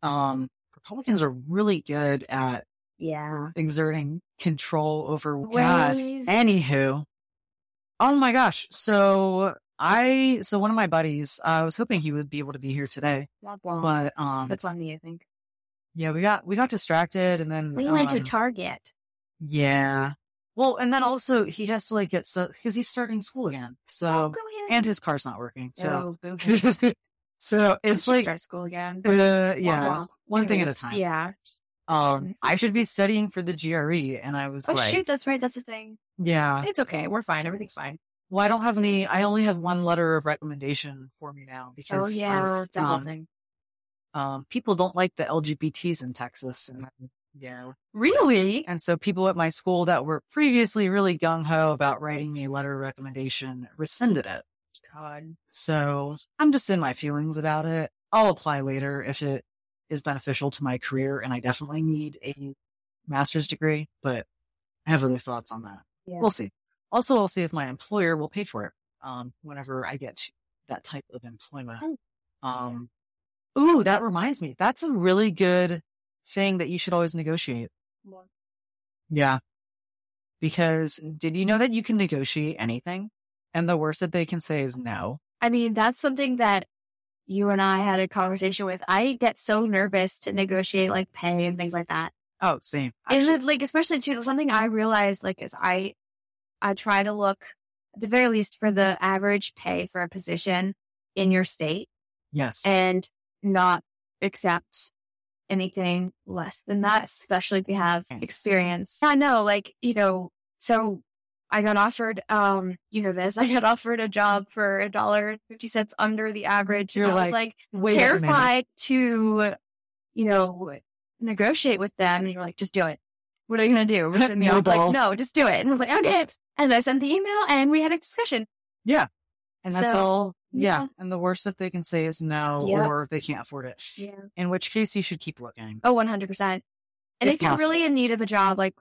Speaker 2: um, Republicans are really good at
Speaker 1: yeah.
Speaker 2: exerting control over God.
Speaker 1: Ways.
Speaker 2: Anywho, oh my gosh. So I, so one of my buddies, I was hoping he would be able to be here today,
Speaker 1: Womp womp.
Speaker 2: but, um,
Speaker 1: That's on me, I think.
Speaker 2: yeah, we got, we got distracted and then
Speaker 1: We went to
Speaker 2: um,
Speaker 1: Target.
Speaker 2: yeah. Well, and then also he has to like get so, cause he's starting school again.
Speaker 1: Oh,
Speaker 2: So, and his car's not working. So,
Speaker 1: so
Speaker 2: (laughs) so
Speaker 1: it's
Speaker 2: it's like, uh,
Speaker 1: start school
Speaker 2: (laughs)
Speaker 1: again.
Speaker 2: yeah, one thing at a
Speaker 1: Anyways,
Speaker 2: time.
Speaker 1: Yeah.
Speaker 2: Um, I should be studying for the GRE and I was
Speaker 1: Oh
Speaker 2: like,
Speaker 1: shoot, that's right. That's the thing.
Speaker 2: yeah,
Speaker 1: It's okay. We're fine. Everything's fine.
Speaker 2: Well, I don't have any. I only have one letter of recommendation for me now
Speaker 1: Oh
Speaker 2: because
Speaker 1: yeah,
Speaker 2: I've,
Speaker 1: that whole
Speaker 2: um,
Speaker 1: thing.
Speaker 2: um, people don't like the LGBTs in Texas, and yeah,
Speaker 1: Really?
Speaker 2: and so people at my school that were previously really gung ho about writing me a letter of recommendation rescinded it.
Speaker 1: God.
Speaker 2: So I'm just in my feelings about it. I'll apply later if it is beneficial to my career, and I definitely need a master's degree. But I have other thoughts on that.
Speaker 1: Yeah.
Speaker 2: We'll see. Also, I'll see if my employer will pay for it um, whenever I get to that type of employment.
Speaker 1: Oh.
Speaker 2: Um, ooh, that reminds me. That's a really good thing that you should always negotiate. Yeah. Because did you know that you can negotiate anything? And the worst that they can say is no.
Speaker 1: I mean, that's something that you and I had a conversation with. I get so nervous to negotiate like pay and things like that.
Speaker 2: Oh, same.
Speaker 1: Is
Speaker 2: actually.
Speaker 1: it like especially too something I realized like is I I try to look at the very least for the average pay for a position in your state
Speaker 2: Yes.
Speaker 1: and not accept anything less than that, especially if you have
Speaker 2: Yes.
Speaker 1: experience. I know, like, you know, so I got offered, um, you know, this, (laughs) I got offered a job for a dollar and fifty cents under the average. And
Speaker 2: You're
Speaker 1: I was like
Speaker 2: Wait a minute.
Speaker 1: terrified to, you know, negotiate with them. And you're like, just do it. What are you going to do? We're sitting there
Speaker 2: (laughs) No
Speaker 1: I'm like,
Speaker 2: balls.
Speaker 1: no, just do it. And I'm like, okay. And I sent the email and we had a discussion.
Speaker 2: And that's
Speaker 1: So,
Speaker 2: all. Yeah.
Speaker 1: yeah.
Speaker 2: And the worst that they can say is no,
Speaker 1: Yep.
Speaker 2: or they can't afford it.
Speaker 1: Yeah.
Speaker 2: In which case, you should keep looking.
Speaker 1: Oh, 100%. And
Speaker 2: If
Speaker 1: if you're
Speaker 2: possible.
Speaker 1: really in need of a job, like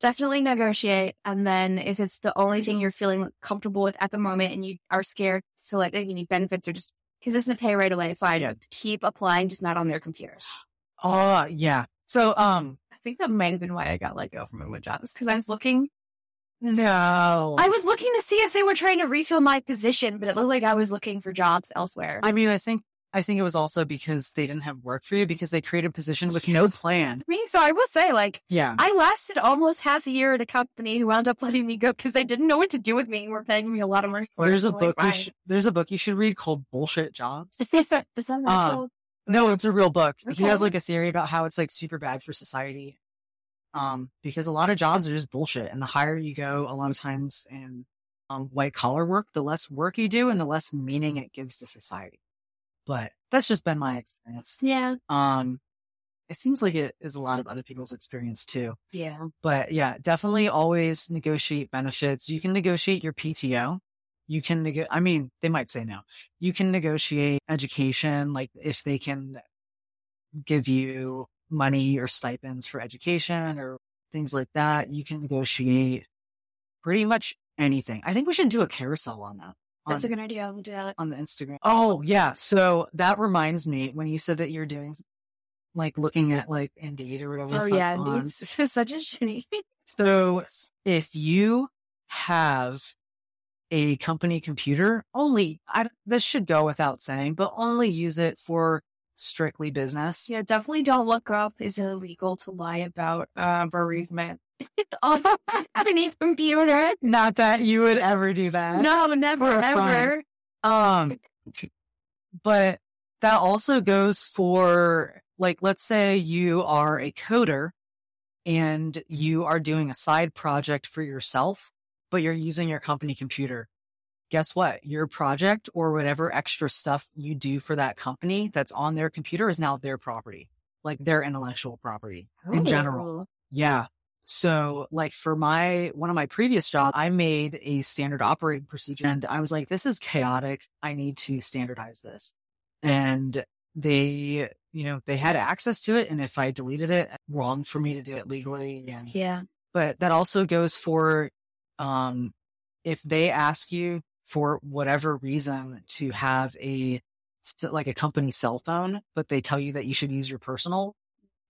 Speaker 1: definitely negotiate. And then if it's the only thing you're feeling comfortable with at the moment and you are scared to like, if you need benefits or just consistent pay right away, fine.
Speaker 2: Yeah.
Speaker 1: Keep applying, just not on their computers.
Speaker 2: Oh, yeah. So, um,
Speaker 1: I think that might have been why I got let go from my wood jobs because I was looking,
Speaker 2: no.
Speaker 1: I was looking to see if they were trying to refill my position, but it looked like I was looking for jobs elsewhere.
Speaker 2: I mean, I think I think it was also because they didn't have work for you because they created a position with no plan.
Speaker 1: I mean, so I will say, like,
Speaker 2: Yeah.
Speaker 1: I lasted almost half a year at a company who wound up letting me go because they didn't know what to do with me and were paying me a lot of money. for it.
Speaker 2: There's a
Speaker 1: I'm like,
Speaker 2: book. You
Speaker 1: "Why?" (laughs)
Speaker 2: sh- there's a book you should read called Bullshit Jobs.
Speaker 1: Is this a- is that an
Speaker 2: Uh,
Speaker 1: actual-
Speaker 2: No, it's a real book. He has
Speaker 1: Okay.
Speaker 2: like a theory about how it's like super bad for society. Um, because a lot of jobs are just bullshit. And the higher you go, a lot of times in um, white collar work, the less work you do and the less meaning it gives to society. But that's just been my experience.
Speaker 1: yeah,
Speaker 2: Um, it seems like it is a lot of other people's experience too.
Speaker 1: yeah,
Speaker 2: But yeah, definitely always negotiate benefits. You can negotiate your PTO. You can, neg- I mean, they might say no. You can negotiate education, like if they can give you money or stipends for education or things like that. You can negotiate pretty much anything. I think we should do a carousel on that.
Speaker 1: that's
Speaker 2: on-
Speaker 1: a good idea. I'm do that.
Speaker 2: on the Instagram. Oh yeah. So that reminds me when you said that you're doing like looking at like Indeed or whatever. the
Speaker 1: Oh
Speaker 2: fuck
Speaker 1: yeah,
Speaker 2: on-
Speaker 1: it's (laughs) it's such a shitty.
Speaker 2: so if you have a company computer, only I, this should go without saying, but only use it for strictly business.
Speaker 1: Yeah, definitely don't look up. Is it illegal to lie about uh, bereavement? (laughs) Oh, on a computer?
Speaker 2: Not that you would ever do that.
Speaker 1: No, never,
Speaker 2: We're fine.
Speaker 1: ever.
Speaker 2: Um, but that also goes for like, let's say you are a coder and you are doing a side project for yourself, but you're using your company computer. Guess what? Your project or whatever extra stuff you do for that company that's on their computer is now their property, like their intellectual property
Speaker 1: Oh.
Speaker 2: in general. Yeah. So like for my one of my previous jobs, I made a standard operating procedure and I was like, this is chaotic. I need to standardize this. And they, you know, they had access to it. And if I deleted it, wrong for me to do it legally. And
Speaker 1: Yeah,
Speaker 2: but that also goes for um if they ask you for whatever reason to have a like a company cell phone, but they tell you that you should use your personal,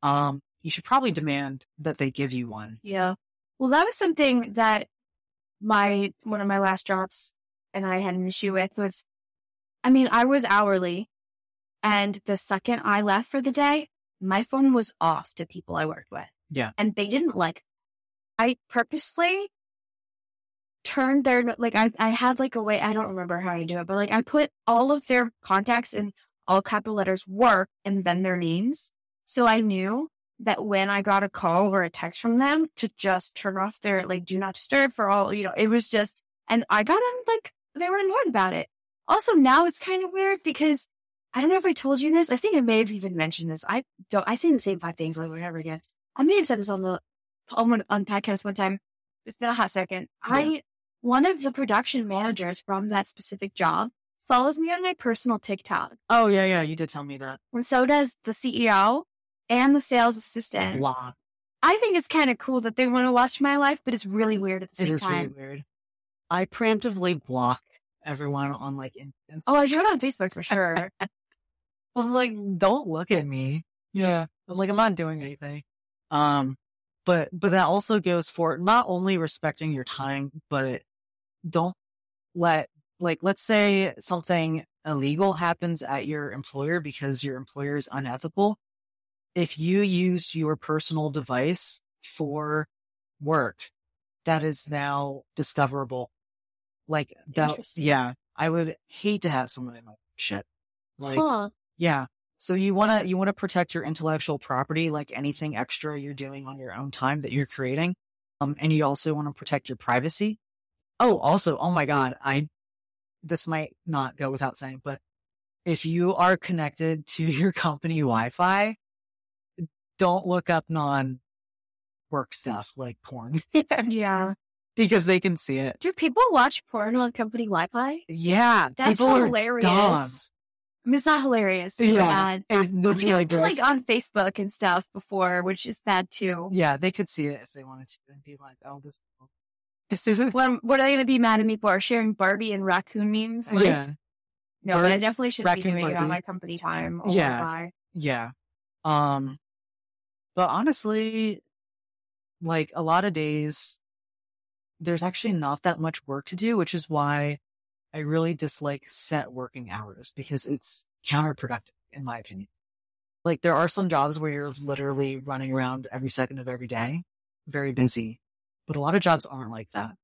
Speaker 2: um, you should probably demand that they give you one.
Speaker 1: Yeah. Well, that was something that my one of my last jobs and I had an issue with was, I mean, I was hourly, and the second I left for the day, my phone was off to people I worked with.
Speaker 2: Yeah.
Speaker 1: and they didn't like. I purposely turned their like I, I had like a way I don't remember how I do it, but like I put all of their contacts in all capital letters work and then their names. So I knew that when I got a call or a text from them to just turn off their like do not disturb for all you know, it was just and I got on like they were annoyed about it. Also now it's kind of weird because I don't know if I told you this. I think I may have even mentioned this. I don't I say the same five things over and over again. I may have said this on the on, one- on podcast one time. It's been a hot second. I one of the production managers from that specific job follows me on my personal TikTok.
Speaker 2: Oh yeah, yeah, you did tell me that.
Speaker 1: And so does the CEO and the sales assistant.
Speaker 2: Blah.
Speaker 1: I think it's kind of cool that they want to watch my life, but it's really weird at the
Speaker 2: It
Speaker 1: same
Speaker 2: is
Speaker 1: time.
Speaker 2: really weird. I preemptively block everyone on like instance.
Speaker 1: Oh, I showed on Facebook for sure.
Speaker 2: I'm like, don't look at me. Yeah. I'm like, I'm not doing anything. Um, but, but that also goes for not only respecting your time, but don't let, like, let's say something illegal happens at your employer because your employer is unethical. If you used your personal device for work, that is now discoverable. Like that,
Speaker 1: Interesting.
Speaker 2: yeah, I would hate to have someone in my shit. (laughs) Like,
Speaker 1: Huh.
Speaker 2: yeah. So you want to you want to protect your intellectual property like anything extra you're doing on your own time that you're creating. Um and you also want to protect your privacy. Oh, also, oh my god, I this might not go without saying, but if you are connected to (laughs) your company Wi-Fi, don't look up non work stuff like porn (laughs)
Speaker 1: yeah.
Speaker 2: because they can see it.
Speaker 1: Do people watch porn on company Wi-Fi?
Speaker 2: Yeah,
Speaker 1: That's
Speaker 2: people are
Speaker 1: hilarious.
Speaker 2: dumb.
Speaker 1: I mean, it's not hilarious.
Speaker 2: Yeah.
Speaker 1: Yeah.
Speaker 2: And they'll be like,
Speaker 1: (laughs)
Speaker 2: this.
Speaker 1: like on Facebook and stuff before, which is bad too.
Speaker 2: Yeah, they could see it if they wanted to and be like, oh, this. (laughs)
Speaker 1: What, what are they going to be mad at me for? Sharing Barbie and raccoon memes? Like,
Speaker 2: yeah,
Speaker 1: No,
Speaker 2: Or
Speaker 1: but I definitely should be
Speaker 2: raccoon
Speaker 1: doing it on
Speaker 2: Barbie.
Speaker 1: my company time. or
Speaker 2: Yeah.
Speaker 1: Wi-Fi.
Speaker 2: yeah. Um, but honestly, like a lot of days, there's actually not that much work to do, which is why I really dislike set working hours because it's counterproductive, in my opinion. Like there are some jobs where you're literally running around every second of every day, very busy, but a lot of jobs aren't like that.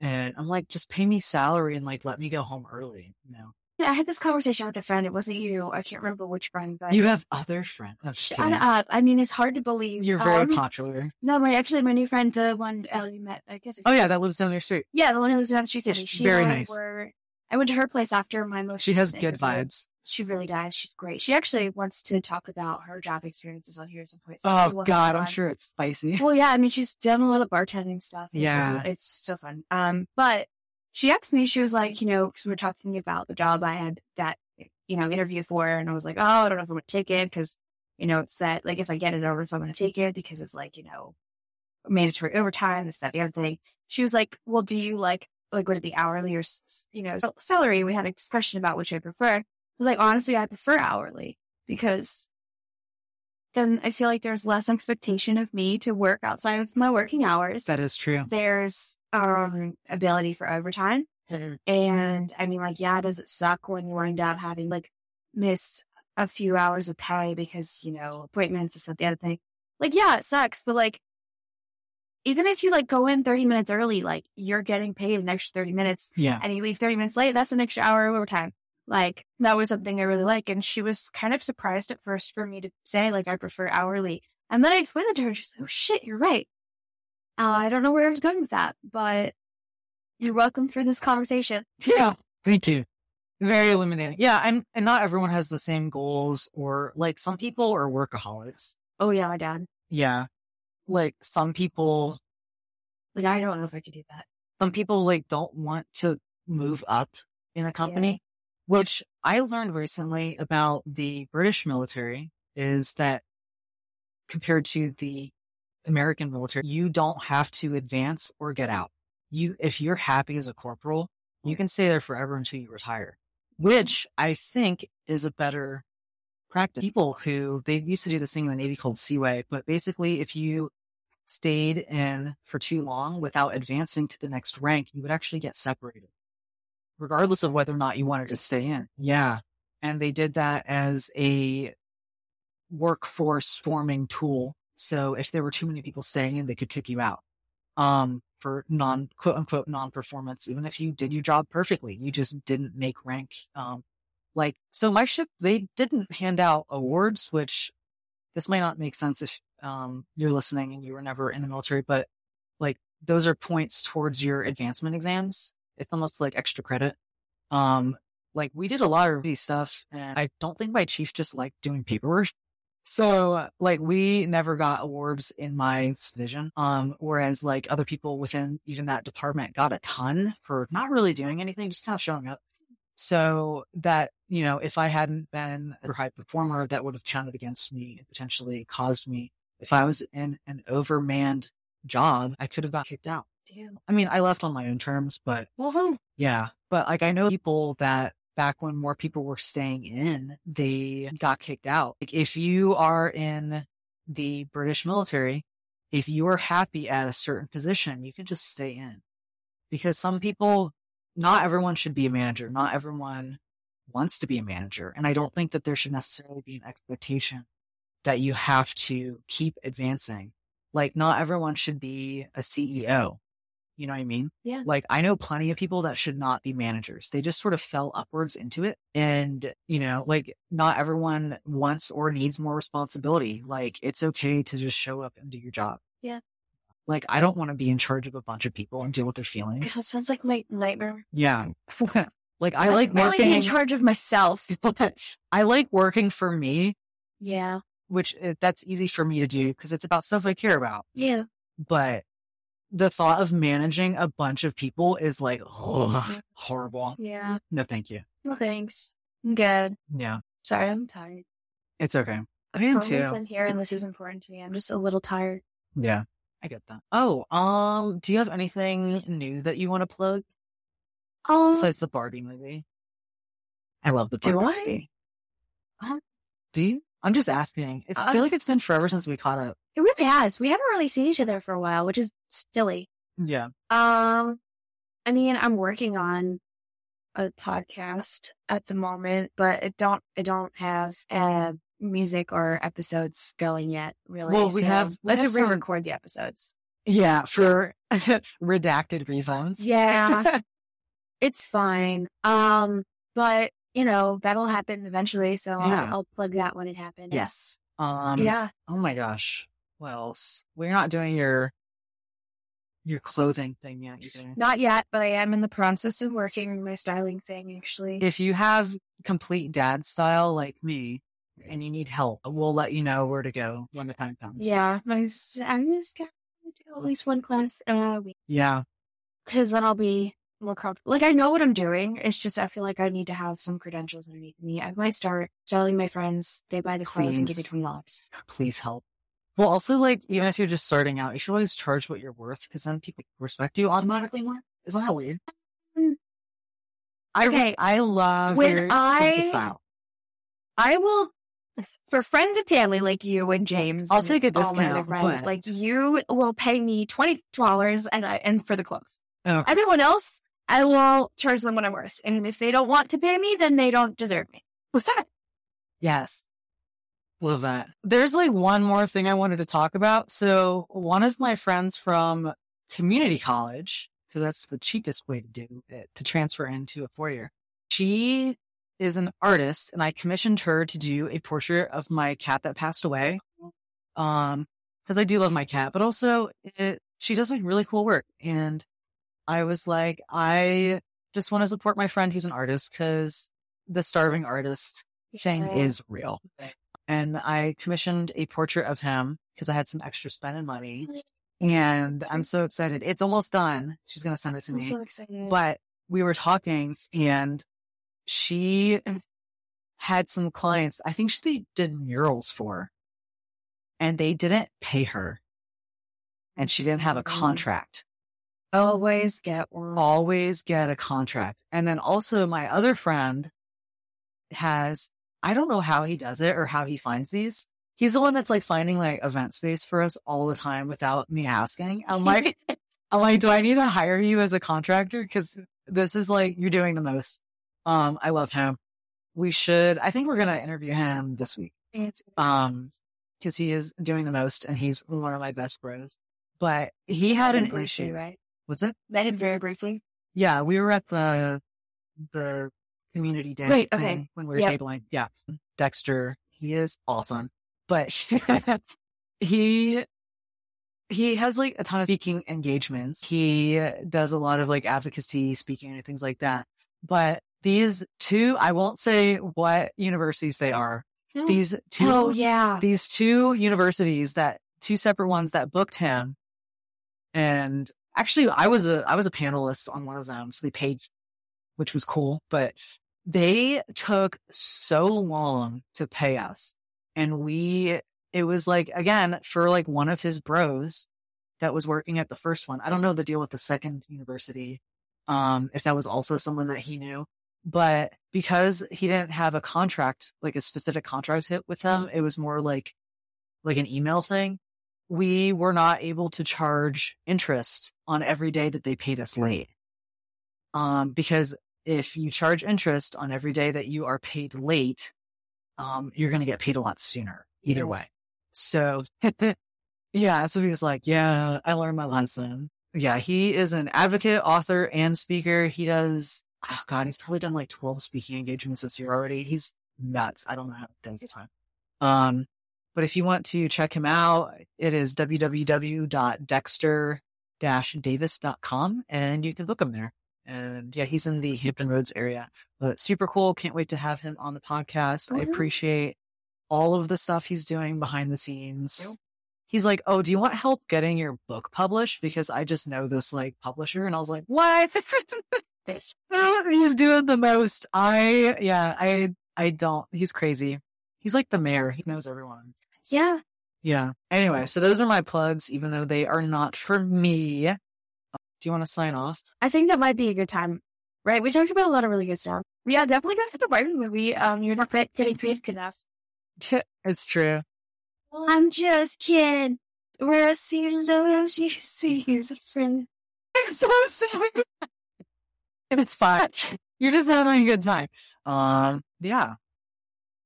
Speaker 2: And I'm like, just pay me salary and like let me go home early, you know.
Speaker 1: Yeah, I had this conversation with a friend. It wasn't you. I can't remember which friend, but
Speaker 2: You have other friends. I'm just
Speaker 1: shut
Speaker 2: kidding.
Speaker 1: up. I mean, it's hard to believe.
Speaker 2: You're very
Speaker 1: Um,
Speaker 2: popular.
Speaker 1: No, my actually my new friend, the one uh, you met, I guess.
Speaker 2: Oh yeah, that lives down your street.
Speaker 1: Yeah, the one who lives down the street. from me.
Speaker 2: She's
Speaker 1: She
Speaker 2: very
Speaker 1: and I
Speaker 2: nice.
Speaker 1: were- I went to her place after my most.
Speaker 2: She has
Speaker 1: recent
Speaker 2: good
Speaker 1: interview.
Speaker 2: vibes.
Speaker 1: She really does. She's great. She actually wants to talk about her job experiences on here at some point. so we'll
Speaker 2: Oh
Speaker 1: have
Speaker 2: god, I'm
Speaker 1: fun.
Speaker 2: sure it's spicy.
Speaker 1: Well, yeah, I mean, she's done a lot of bartending stuff. It's
Speaker 2: Yeah.
Speaker 1: just, it's so fun. Um, but she asked me, she was like, you know, because we are talking about the job I had that you know interview for, and I was like, oh, I don't know if I'm gonna take it because you know it's that like if I get it over, if I'm gonna take it because it's like you know mandatory overtime, this that the other thing. She was like, well, do you like like would it be hourly or s- s- you know sal- salary? We had a discussion about which I prefer. I was like, honestly, I prefer hourly because then I feel like there's less expectation of me to work outside of my working hours.
Speaker 2: (laughs) That is true.
Speaker 1: there's um ability for overtime. And I mean like yeah, does it suck when you wind up having like missed a few hours of pay because, you know, appointments is the other thing. Like, yeah, it sucks, but like even if you like go in 30 minutes early, like you're getting paid an extra 30 minutes (laughs)
Speaker 2: Yeah.
Speaker 1: and you leave 30 minutes late, that's an extra hour of overtime. Like that was something I really like. And she was kind of surprised at first for me to say, like, I prefer hourly. And then I explained it to her and she's like, oh shit, you're right. Uh, I don't know where I was going with that, but you're welcome for this conversation.
Speaker 2: Yeah. Thank you. Very illuminating. Yeah, and and not everyone has the same goals or like some people are workaholics.
Speaker 1: Oh yeah, my dad.
Speaker 2: Yeah. Like some people
Speaker 1: Like I don't know if I could do that.
Speaker 2: some people like don't want to move up in a company, which I learned recently about the British military is that compared to the American military, you don't have to advance or get out. you if you're happy as a corporal, you can stay there forever until you retire, which I think is a better practice. People who they used to do this thing in the Navy called Seaway, but basically, if you stayed in for too long without advancing to the next rank, you would actually get separated, regardless of whether or not you wanted to stay in. Yeah. And they did that as a workforce forming tool. So if there were too many people staying in, they could kick you out um, for non quote unquote non performance, even if you did your job perfectly. You just didn't make rank. Um, like, so my ship, they didn't hand out awards, which this might not make sense if um, you're listening and you were never in the military, but like those are points towards your advancement exams. It's almost like extra credit. Um, like we did a lot of these stuff and I don't think my chief just liked doing paperwork. (laughs) So like we never got awards in my division. Um, whereas like other people within even that department got a ton for not really doing anything, just kind of showing up. So that, you know, if I hadn't been a high performer, that would have counted against me and potentially caused me if I was in an overmanned job, I could have got kicked out.
Speaker 1: Damn.
Speaker 2: I mean, I left on my own terms, but
Speaker 1: Woohoo.
Speaker 2: yeah, but like I know people that back when more people were staying in, they got kicked out. Like if you are in the British military, if you are happy at a certain position, you can just stay in because some people, not everyone should be a manager. Not everyone wants to be a manager. And I don't think that there should necessarily be an expectation that you have to keep advancing. Like not everyone should be a CEO. You know what I mean?
Speaker 1: Yeah.
Speaker 2: Like I know plenty of people that should not be managers. They just sort of fell upwards into it. And, you know, like not everyone wants or needs more responsibility. Like it's okay to just show up and do your job.
Speaker 1: Yeah.
Speaker 2: Like I don't want to be in charge of a bunch of people and deal with their
Speaker 1: (laughs)
Speaker 2: feelings.
Speaker 1: God, that sounds like my nightmare.
Speaker 2: Yeah. (laughs) like I like
Speaker 1: I like being
Speaker 2: working
Speaker 1: in charge of myself.
Speaker 2: (laughs) I like working for me,
Speaker 1: Yeah.
Speaker 2: which uh, that's easy for me to do because it's about stuff I care about.
Speaker 1: Yeah.
Speaker 2: but the thought of managing a bunch of people is like oh, horrible.
Speaker 1: Yeah.
Speaker 2: No, thank you.
Speaker 1: Well, thanks. I'm good.
Speaker 2: Yeah,
Speaker 1: Sorry, I'm tired.
Speaker 2: it's okay. I am
Speaker 1: Promise
Speaker 2: too.
Speaker 1: I'm here and this is important to me. I'm just a little tired.
Speaker 2: Yeah, I get that. Oh, um, do you have anything new that you want to plug
Speaker 1: Mm. Oh,
Speaker 2: besides the Barbie movie? I love the
Speaker 1: Do
Speaker 2: Barbie.
Speaker 1: I?
Speaker 2: movie. Huh? Do you? I'm just asking. It's, I feel
Speaker 1: Uh,
Speaker 2: like it's been forever since we caught up.
Speaker 1: it really has. We haven't really seen each other for a while, which is silly.
Speaker 2: Yeah.
Speaker 1: Um, I mean, I'm working on a podcast at the moment, but it don't it don't have uh, music or episodes going yet. Really,
Speaker 2: Well, we
Speaker 1: So
Speaker 2: have-
Speaker 1: we
Speaker 2: we
Speaker 1: have to
Speaker 2: have some-
Speaker 1: re-record the episodes.
Speaker 2: Yeah, for (laughs) redacted reasons. (laughs)
Speaker 1: Yeah, it's fine. Um, but you know that'll happen eventually, so
Speaker 2: Yeah.
Speaker 1: I'll, I'll plug that when it happens.
Speaker 2: yes. Um,
Speaker 1: yeah.
Speaker 2: Oh my gosh. What else? We're not doing your your clothing thing yet either.
Speaker 1: Not yet, but I am in the process of working on my styling thing. Actually,
Speaker 2: If you have complete dad style like me and you need help, we'll let you know where to go when the time comes.
Speaker 1: Yeah, my s- I just got to do at least one class a week
Speaker 2: Yeah.
Speaker 1: because then I'll be more comfortable. Like I know what I'm doing. It's just I feel like I need to have some credentials underneath me. I might start telling my friends they buy the clothes and give me
Speaker 2: Please.
Speaker 1: twenty dollars.
Speaker 2: Please help. Well, also like even if you're just starting out, you should always charge what you're worth because then people respect you automatically more. Isn't that weird?
Speaker 1: Mm.
Speaker 2: I
Speaker 1: Okay.
Speaker 2: I love
Speaker 1: When
Speaker 2: your
Speaker 1: I-
Speaker 2: style.
Speaker 1: I will for friends of family like you and James.
Speaker 2: I'll
Speaker 1: and
Speaker 2: take a
Speaker 1: all my other
Speaker 2: discount,
Speaker 1: friends,
Speaker 2: but-
Speaker 1: like you will pay me twenty dollars and I and for the clothes.
Speaker 2: Okay.
Speaker 1: Everyone else, I will charge them what I'm worth, and if they don't want to pay me, then they don't deserve me. (laughs) What's that?
Speaker 2: Yes. Love that. There's like one more thing I wanted to talk about. So one of my friends from community college, because that's the cheapest way to do it, to transfer into a four year. She is an artist and I commissioned her to do a portrait of my cat that passed away. Um, cause I do love my cat, but also it, she does like really cool work. And I was like, I just want to support my friend who's an artist cause the starving artist thing
Speaker 1: Yeah.
Speaker 2: is real. And I commissioned a portrait of him because I had some extra spending money. And I'm so excited. It's almost done. She's going to send it to
Speaker 1: I'm
Speaker 2: me.
Speaker 1: so excited.
Speaker 2: But we were talking and she had some clients I think she did murals for and they didn't pay her and she didn't have a
Speaker 1: Mm.
Speaker 2: contract.
Speaker 1: Always get work.
Speaker 2: always get a contract. And then also my other friend has, I don't know how he does it or how he finds these. He's the one that's like finding like event space for us all the time without me asking. I'm like, I'm like, do I need to hire you as a contractor? Cause this is like, you're doing the most. Um, I love him. We should, I think we're going to interview him this week. Um, cause he is doing the most and he's one of my best bros, but he had an issue.
Speaker 1: right?
Speaker 2: What's it?
Speaker 1: Met him very briefly.
Speaker 2: Yeah, we were at the the community day
Speaker 1: Right, okay.
Speaker 2: thing when we were
Speaker 1: Yep.
Speaker 2: tabling. Yeah, Dexter, he is awesome, but (laughs) he he has like a ton of speaking engagements. He does a lot of like advocacy speaking and things like that. But these two, I won't say what universities they are.
Speaker 1: Hmm.
Speaker 2: These
Speaker 1: (laughs)
Speaker 2: two
Speaker 1: Oh yeah.
Speaker 2: these two universities that two separate ones that booked him and actually i was a i was a panelist on one of them so they paid which was cool but they took so long to pay us and we it was like again for like one of his bros that was working at the first one i don't know the deal with the second university um if that was also someone that he knew but because he didn't have a contract, like a specific contract hit with them, it was more like like an email thing. We were not able to charge interest on every day that they paid us late. Um, because if you charge interest on every day that you are paid late, um, you're going to get paid a lot sooner either
Speaker 1: Yeah.
Speaker 2: way. So (laughs) yeah. So he was like, yeah, I learned my lesson. Yeah. He is an advocate, author and speaker. He does, oh God, he's probably done like 12 speaking engagements this year already. He's nuts. I don't know how he does the time. Um, but if you want to check him out, it is www.dexter-davis.com and you can book him there. And yeah, he's in the Hampton Roads area, but super cool. Can't wait to have him on the podcast. I
Speaker 1: Mhm.
Speaker 2: appreciate all of the stuff he's doing behind the scenes. He's like, Oh, do you want help getting your book published? Because I just know this like publisher. And I was like, What?
Speaker 1: Fish.
Speaker 2: (laughs) he's doing the most. I, yeah, I, I don't, he's crazy. He's like the mayor. He knows everyone.
Speaker 1: (laughs) Yeah.
Speaker 2: Yeah. Anyway, so those are my plugs, even though they are not for me. Do you want to sign off? (laughs)
Speaker 1: I think that might be a good time. Right? We talked about a lot of really good stuff. Yeah, definitely go to the Barbie movie. Um, you're not quite getting briefed enough.
Speaker 2: it's true. (laughs)
Speaker 1: I'm just kidding. Where I see love, she sees a (laughs) friend.
Speaker 2: I'm so sorry. and it's fine. You're just having a good time. Um, yeah.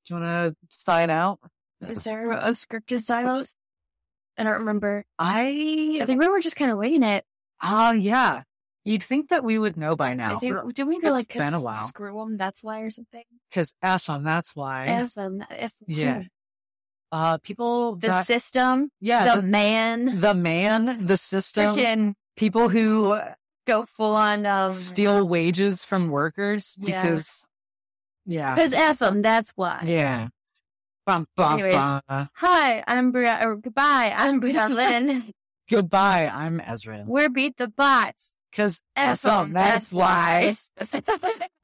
Speaker 2: Do you want to sign out?
Speaker 1: Is there a scripted silence? I don't remember. I
Speaker 2: I,
Speaker 1: think we were just kind of winging it.
Speaker 2: ah, yeah. You'd think that we would know by now.
Speaker 1: I think did we go
Speaker 2: It's
Speaker 1: like
Speaker 2: been a
Speaker 1: s-
Speaker 2: while.
Speaker 1: screw them? That's why or something.
Speaker 2: Because Ashton, that's why.
Speaker 1: F 'em, F
Speaker 2: Yeah. uh, people,
Speaker 1: The
Speaker 2: that-
Speaker 1: system,
Speaker 2: yeah,
Speaker 1: the
Speaker 2: the,
Speaker 1: man,
Speaker 2: the man, the system,
Speaker 1: freaking
Speaker 2: people who
Speaker 1: Oh, go full on um,
Speaker 2: steal wages from workers
Speaker 1: Yeah.
Speaker 2: because yeah
Speaker 1: Because F 'em, That's why.
Speaker 2: yeah bum, bum,
Speaker 1: Anyways.
Speaker 2: bum.
Speaker 1: Hi, I'm Bria. Or goodbye,
Speaker 2: (laughs)
Speaker 1: I'm Bria Lynn.
Speaker 2: goodbye i'm ezra
Speaker 1: We're beat the bots.
Speaker 2: because
Speaker 1: F 'em, (laughs)
Speaker 2: that's why
Speaker 1: why.